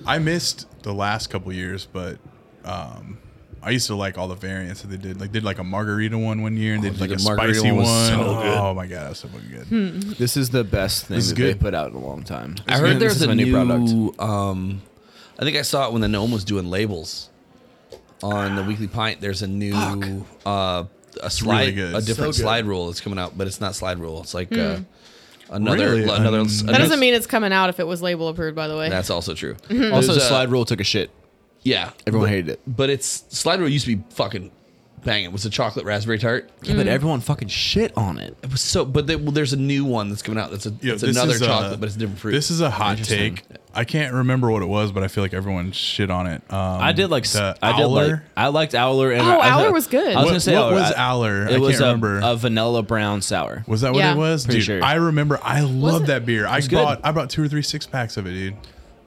A: I missed the last couple years, but um, I used to like all the variants that they did. Like did like a margarita one one year, and they did like
B: Oh, dude,
A: a
B: the margarita
A: spicy
B: one
A: one.
B: was so good.
A: Oh my god, that was so fucking good.
D: Hmm.
C: This is the best thing
A: This is
C: that
A: good.
C: they put out in a long time.
B: I heard there's
E: This is
B: a
E: my
B: new,
E: new product.
A: Mm.
B: Um, I think I saw it when the gnome was doing labels on the weekly pint. There's a new uh, a slide,
A: good.
B: a
A: So
B: different
A: good.
B: slide rule that's coming out, but it's not slide rule. It's like uh, another
A: Really?
B: another.
A: Um,
B: another
D: That doesn't mean it's coming out if it was label approved, by the way.
B: that's also true.
E: Also,
B: There's a-
E: Slide Rule took a shit.
B: Yeah,
C: Everyone hated it.
B: but it's Slide Rule used to be fucking banging. It was a chocolate raspberry tart.
H: Yeah,
A: Mm.
H: but everyone fucking shit on it.
B: It was so, but they, well, there's a new one that's coming out. That's a
A: Yeah,
B: it's
A: this
B: another
A: is a-
B: chocolate, but it's a different fruit.
A: This is a hot take. I can't remember what it was, but I feel like everyone shit on it. Um,
E: I did like s-
A: the
E: I did like
A: Owler.
E: I liked Owler and
D: Oh,
E: I- I
D: Owler
E: thought-
D: was good.
E: I was
D: What-
E: gonna say
A: what was
E: I-
A: Owler? I
E: It was
A: can't
E: a,
A: remember.
E: a vanilla brown sour.
A: Was that what
D: Yeah.
A: it was,
E: Pretty
A: dude?
E: sure.
A: I remember. I
D: it?
A: love that beer. I
E: good.
A: bought. I bought two or three six packs of it, dude.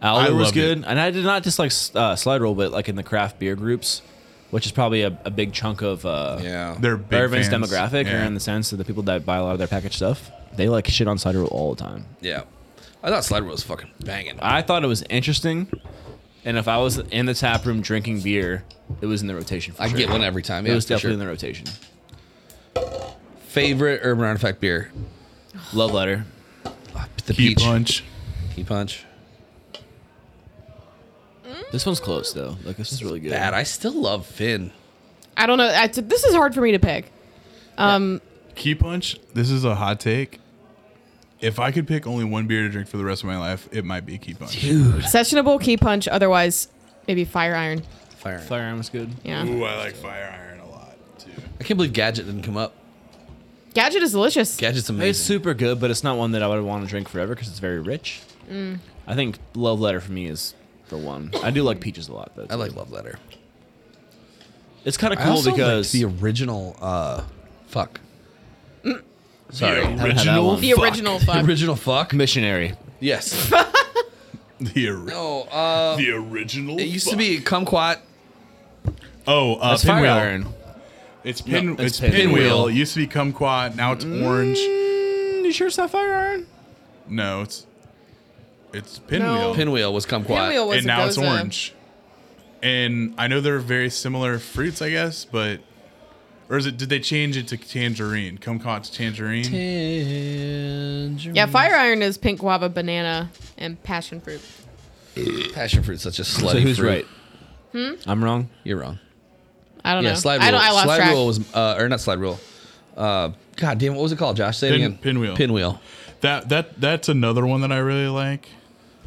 A: I
E: Owler was
A: loved it.
E: good, and I did not dislike uh, Slide Roll, but like in the craft beer groups, which is probably a, a big chunk of uh,
B: yeah.
A: They're big
E: Irvin's
A: fans.
E: demographic,
A: Yeah.
E: or in the sense that the people that buy a lot of their packaged stuff, they like shit on Slide Roll all the time.
B: Yeah. I thought Slide Rule was fucking banging.
E: I thought it was interesting, and if I was in the tap room drinking beer, it was in the rotation. For
B: I
E: sure.
B: get one every time.
E: It
B: Yeah,
E: was
B: for
E: definitely
B: sure.
E: in the rotation.
B: Favorite Urban Artifact beer? Ah,
E: Love letter.
B: The
A: Key
B: peach.
A: punch.
B: Key punch.
E: This one's close though. Like this is really good.
B: Bad. I still love Finn.
D: I don't know. I, this is hard for me to pick. Um,
A: Key punch. This is a hot take. If I could pick only one beer to drink for the rest of my life, it might be Key punch.
D: sessionable key punch. Otherwise, maybe fire iron.
B: Fire. Iron.
E: Fire Iron was good.
D: Yeah,
A: Ooh, I like Fire Iron a lot too.
B: I can't believe Gadget didn't come up.
D: gadget is delicious.
B: Gadget's amazing.
E: It's super good, but it's not one that I would want to drink forever because it's very rich. I think love letter for me is for one. I do like peaches a lot though.
B: I like Love Letter.
E: It's kind of
B: I
E: cool
B: also
E: because
B: liked the original. Uh, fuck.
E: sorry, haven't had that
A: original
E: one.
D: the original fuck.
B: The original fuck.
E: missionary.
B: Yes.
A: The, ori-
B: oh, uh,
A: the original.
B: it used to be Kumquat.
A: Oh, uh,
E: That's fire
A: pinwheel.
E: iron.
A: It's pin.
E: No,
A: it's,
E: it's
A: pinwheel.
E: pinwheel.
A: It used to be kumquat. Now it's orange.
E: Mm, You sure it's not fire iron?
A: No, it's it's pinwheel.
B: Pinwheel was Kumquat.
D: Pinwheel was
A: and now it's
D: a- goza.
A: orange. And I know they're very similar fruits, I guess, but or is it? Did they change it to tangerine? Kumquat to tangerine.
B: Tangerine.
D: Yeah, fire iron is pink guava, banana, and passion fruit.
B: Passion fruit's such a slutty
E: So who's
B: fruit.
E: right? I'm wrong.
B: You're wrong.
D: I don't
B: yeah,
D: know.
B: slide rule.
D: I don't. I lost
B: slide
D: track.
B: rule was, uh, or not slide rule. Uh, God damn, what was it called, Josh? Say
A: Pin-
B: it again.
A: pinwheel.
B: Pinwheel.
A: That that that's another one that I really like.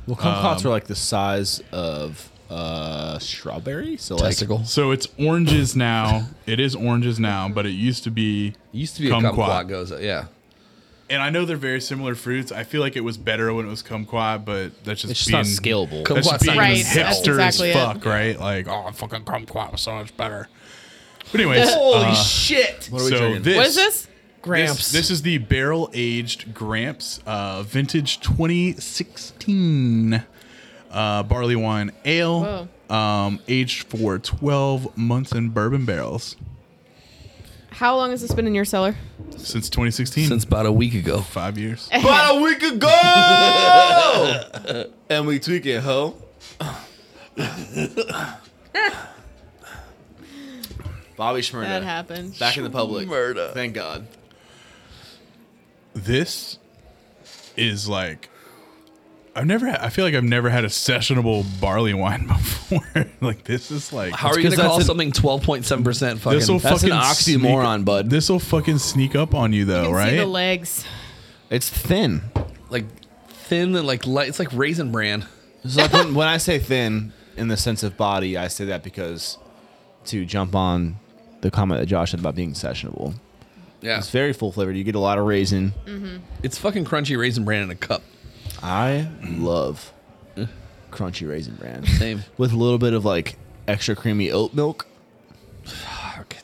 E: Well, kumquats
H: Um,
E: are like the size of uh strawberry, so like
B: Testicle.
A: So it's oranges now. it is oranges now, but it used to be.
B: used to be
A: Kumquat.
B: a kumquat goes. uh, Yeah.
A: And I know they're very similar fruits. I feel like it was better when it was kumquat, but that's just
E: it's just
A: being,
E: not scalable.
B: Kumquat
A: That's just being
D: Right,
A: hipster
D: that's exactly it.
A: as fuck, right? Like, oh, fucking kumquat was so much better. But anyways,
B: Holy
A: uh,
B: shit!
A: so this
D: What is this?
A: This, this is the barrel aged Gramps uh, vintage 2016 uh, barley wine ale, um, aged for 12 months in bourbon barrels
D: How long has this been in your cellar?
A: since 2016.
B: Since about a week ago.
A: five years.
H: About a week ago, and we tweak it, ho. Bobby Schmurda.
D: That happened.
H: Back in the public.
B: Schmurda.
H: Thank God.
A: This is like. I've never. Had, I feel like I've never had a sessionable barley wine before. like this is like
B: How are you
E: 'cause
B: gonna call
E: that's an-
B: something twelve point seven percent fucking?
A: This'll
E: That's an
A: fucking
E: oxymoron,
A: sneak-
E: bud.
A: This will fucking sneak up on you though,
D: You can
A: right?
D: see the legs.
E: It's thin.
B: like thin and like light. It's like raisin bran.
E: So like when, when I say thin in the sense of body, I say that because to jump on the comment that Josh had about being sessionable,
B: Yeah,
E: it's very full flavored. You get a lot of raisin.
B: it's fucking crunchy raisin bran in a cup.
E: I love crunchy raisin bran
B: Same
E: with a little bit of like extra creamy oat milk.
B: Fuck,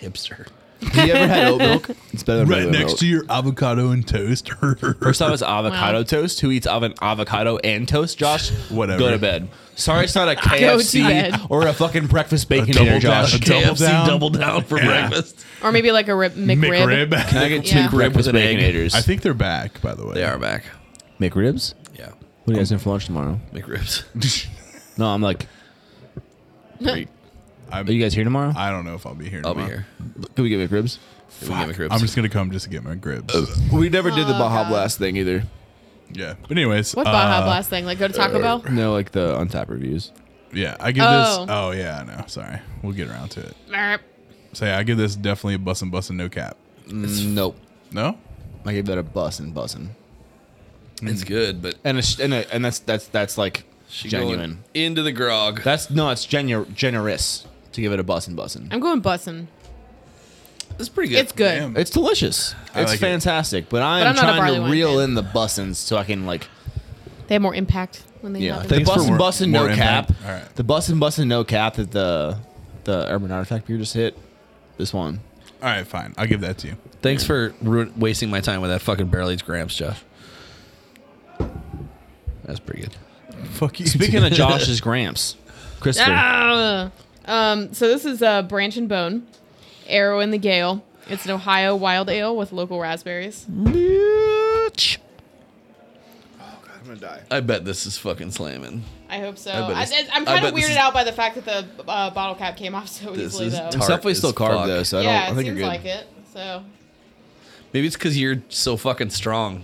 B: hipster.
E: Have you ever had oat milk? It's better than
A: right
E: regular
A: next
E: milk.
A: to your avocado and toast.
E: First off, it's avocado
D: Wow.
E: toast. Who eats av- avocado and toast, Josh?
A: Whatever.
E: Go to bed. Sorry, it's not a
D: bed.
E: KFC or a fucking breakfast bacon
A: double
E: dinner, Josh.
A: dash- Double
B: KFC
A: down?
B: double down for
A: Yeah.
B: breakfast.
D: Or maybe like a rib, McRib.
A: McRib.
E: Can I get
D: Yeah.
E: two
D: Rib
B: with
E: breakfast
B: an egg.
E: baconators?
A: I think they're back, by the way.
B: They are back.
E: Make ribs?
B: Yeah,
E: What are you guys doing for lunch tomorrow?
B: make ribs.
E: No, I'm like,
A: I'm,
E: are you guys here tomorrow?
A: I don't know if I'll be here.
B: I'll be
A: tomorrow.
B: here.
E: Can we get make ribs?
B: We get McRibs.
A: I'm just gonna come just to get my gribs.
E: We never did the Baja
D: God.
E: Blast thing either.
A: yeah. But anyways,
D: What Baja
A: uh,
D: Blast thing? Like go to Taco Bell?
E: No, like the Untap reviews.
A: Yeah, I give
D: Oh.
A: this. Oh yeah, I know. Sorry, we'll get around to it.
D: Merp.
A: So yeah, I give this definitely a bussin' bussin' no cap.
E: Nope.
A: No,
E: I gave that a bussin' bussin'.
B: It's good, but
E: And a, sh- and, a, and that's that's that's like
B: She
E: Genuine.
B: into the grog.
E: That's no, it's genu- generous to give it a bussin' bussin'.
D: I'm going bussin'.
B: That's pretty good.
D: It's good.
A: Damn.
E: It's delicious.
A: I
E: it's
A: like it.
E: fantastic. But I'm,
D: I'm not a barley
E: trying to
D: wine
E: reel
D: fan.
E: in the bussins so I can like
D: They have more impact when they
E: yeah.
D: have
E: The
D: it.
A: Thanks for more-
E: bussin' bussin'
A: more
E: no
A: impact.
E: cap.
A: All right.
E: The bussin' bussin' no cap that the the urban artifact beer just hit. This one.
A: All right, fine. I'll give that to you.
B: Thanks for ru- wasting my time with that fucking barrel aged Grams, Josh. That's pretty good.
A: Fuck you.
E: Speaking of Josh's Gramps, Christopher.
D: Ah! Um, so this is uh, Branch and Bone, Arrow in the Gale. It's an Ohio wild ale with local raspberries.
H: I'm gonna die.
B: I bet this is fucking slamming.
D: I hope so.
B: I bet
D: I
B: this-
D: I, am
B: I
D: kind
B: bet
D: of
B: this
D: weirded
B: is-
D: out by the fact that the uh, bottle cap came off so
B: This
D: easily,
B: is
D: though.
B: tar-
E: Subway's still
B: as
E: carved
B: fuck.
E: though, so I don't.
D: yeah,
E: I
D: it
E: think
D: seems
E: you're good.
D: like it. So
B: Maybe it's because you're so fucking strong.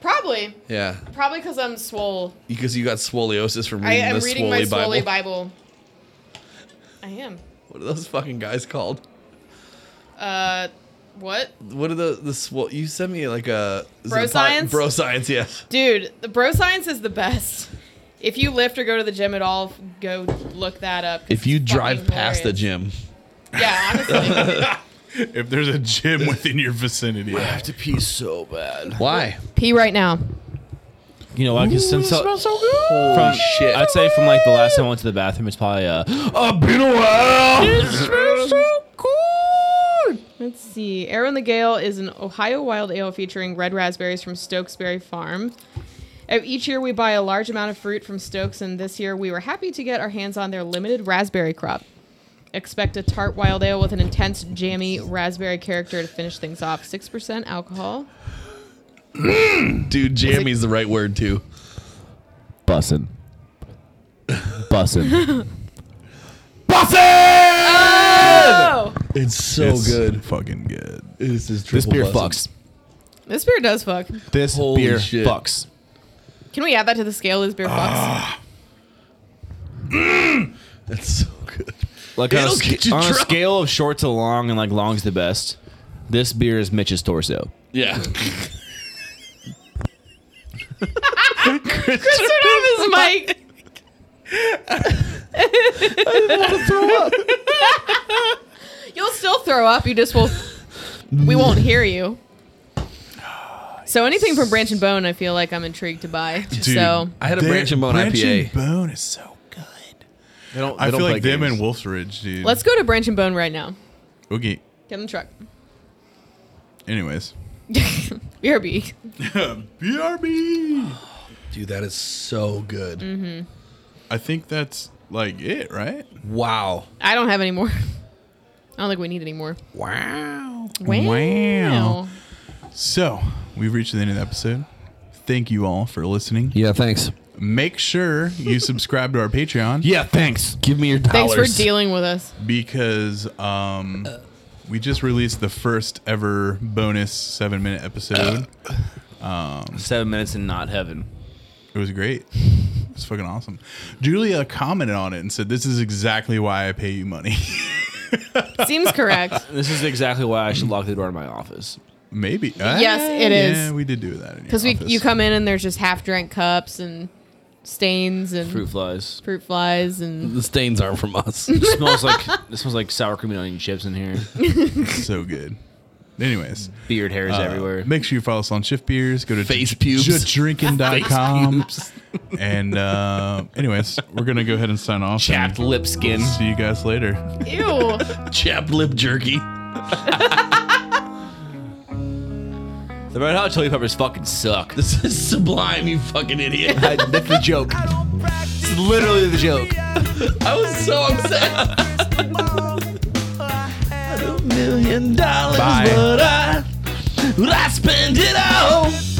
D: probably,
B: Yeah,
D: probably because I'm swole.
B: because you got scoliosis from
D: I
B: reading
D: am
B: the
D: reading my
B: swolly Bible.
D: swoley Bible. I am.
B: What are those fucking guys called?
D: Uh, what?
B: What are the the swol? You sent me like a is it
D: Bro
B: a pod-
D: science?
B: Bro science, yes.
D: Dude, the bro science is the best. If you lift or go to the gym at all, go look that up. 'cause
B: If you
D: it's
B: drive
D: fucking
B: past the
D: hilarious.
B: gym,
D: Yeah, honestly.
A: if there's a gym within your vicinity, yeah.
E: to pee so bad.
B: why?
D: Pee right now.
E: You know why? Because since I,
B: Holy
E: from-
B: shit!
E: I'd say from like the last time I went to the bathroom, it's probably uh,
D: Let's see. Arrow in the Gale is an Ohio wild ale featuring red raspberries from Stokesberry Farm. Uh, Each year we buy a large amount of fruit from Stokes, and this year we were happy to get our hands on their limited raspberry crop. Expect a tart wild ale with an intense, jammy raspberry character to finish things off. 6% alcohol.
B: dude, jammy's the right word too.
C: Bussin'. Bussin'.
D: Oh!
B: It's so
A: It's
B: good.
A: Fucking good.
B: This is
C: this beer fucks.
D: This beer does fuck.
C: This
B: Holy
C: beer
B: shit.
C: fucks.
D: Can we add that to the scale? This beer fucks.
B: It's so good.
E: like on, a,
B: It'll
E: sca-
B: get you
E: on a
B: drunk.
E: scale of short to long, and like long's the best. This beer is Mitch's torso.
B: Yeah.
D: Chris turned off his mic. You'll still throw up. You just will. We won't hear you. So anything from Branch and Bone, I feel like I'm intrigued to buy. so
B: I had a
A: Their-
B: Branch and Bone
A: Branch
B: IPA.
A: and Bone is so good.
E: They don't.
A: I feel like them and Wolf's Ridge, dude.
D: let's go to Branch and Bone right now.
A: okay.
D: Get in the truck.
A: Anyways,
D: BRB.
A: BRB.
B: Dude, that is so good.
A: Mm-hmm. I think that's like it, right?
B: Wow.
D: I don't have any more. I don't think we need any more.
A: Wow.
D: Wow.
A: So we've reached the end of the episode. Thank you all for listening.
B: Yeah, thanks.
A: Make sure you subscribe to our Patreon.
E: Yeah, thanks.
B: Give me your dollars.
D: Thanks for dealing with us.
A: because um, we just released the first ever bonus seven minute episode.
E: Seven minutes in not heaven.
A: It was great. It's fucking awesome. Julia commented on it and said, "This is exactly why I pay you money."
D: Seems correct.
E: This is exactly why I should lock the door in my office.
A: Maybe.
D: Yes, it is.
A: Yeah, we did do that
D: Because
A: because
D: we you come in and there's just half drank cups and stains and
E: Fruit
D: fruit,
E: flies.
D: flies and
B: The stains aren't from us.
E: It smells like this smells like sour cream and onion chips in here.
A: so good. Anyways,
E: Beard hairs
A: uh,
E: everywhere.
A: Make sure you follow us on Shift Beers. Go to
B: Face
A: ju-
B: pubes.
A: judrinking.com. and uh, anyways, we're gonna go ahead and sign off.
B: Chapped
A: and
B: lip skin.
A: See you guys later.
D: ew.
B: Chapped lip jerky.
E: The Red Hot Chili Peppers fucking suck.
B: This is sublime, you fucking idiot.
C: I- That's the joke. It's literally the joke.
B: I was so upset. A million dollars,
A: Bye.
B: but I, but I spend it all.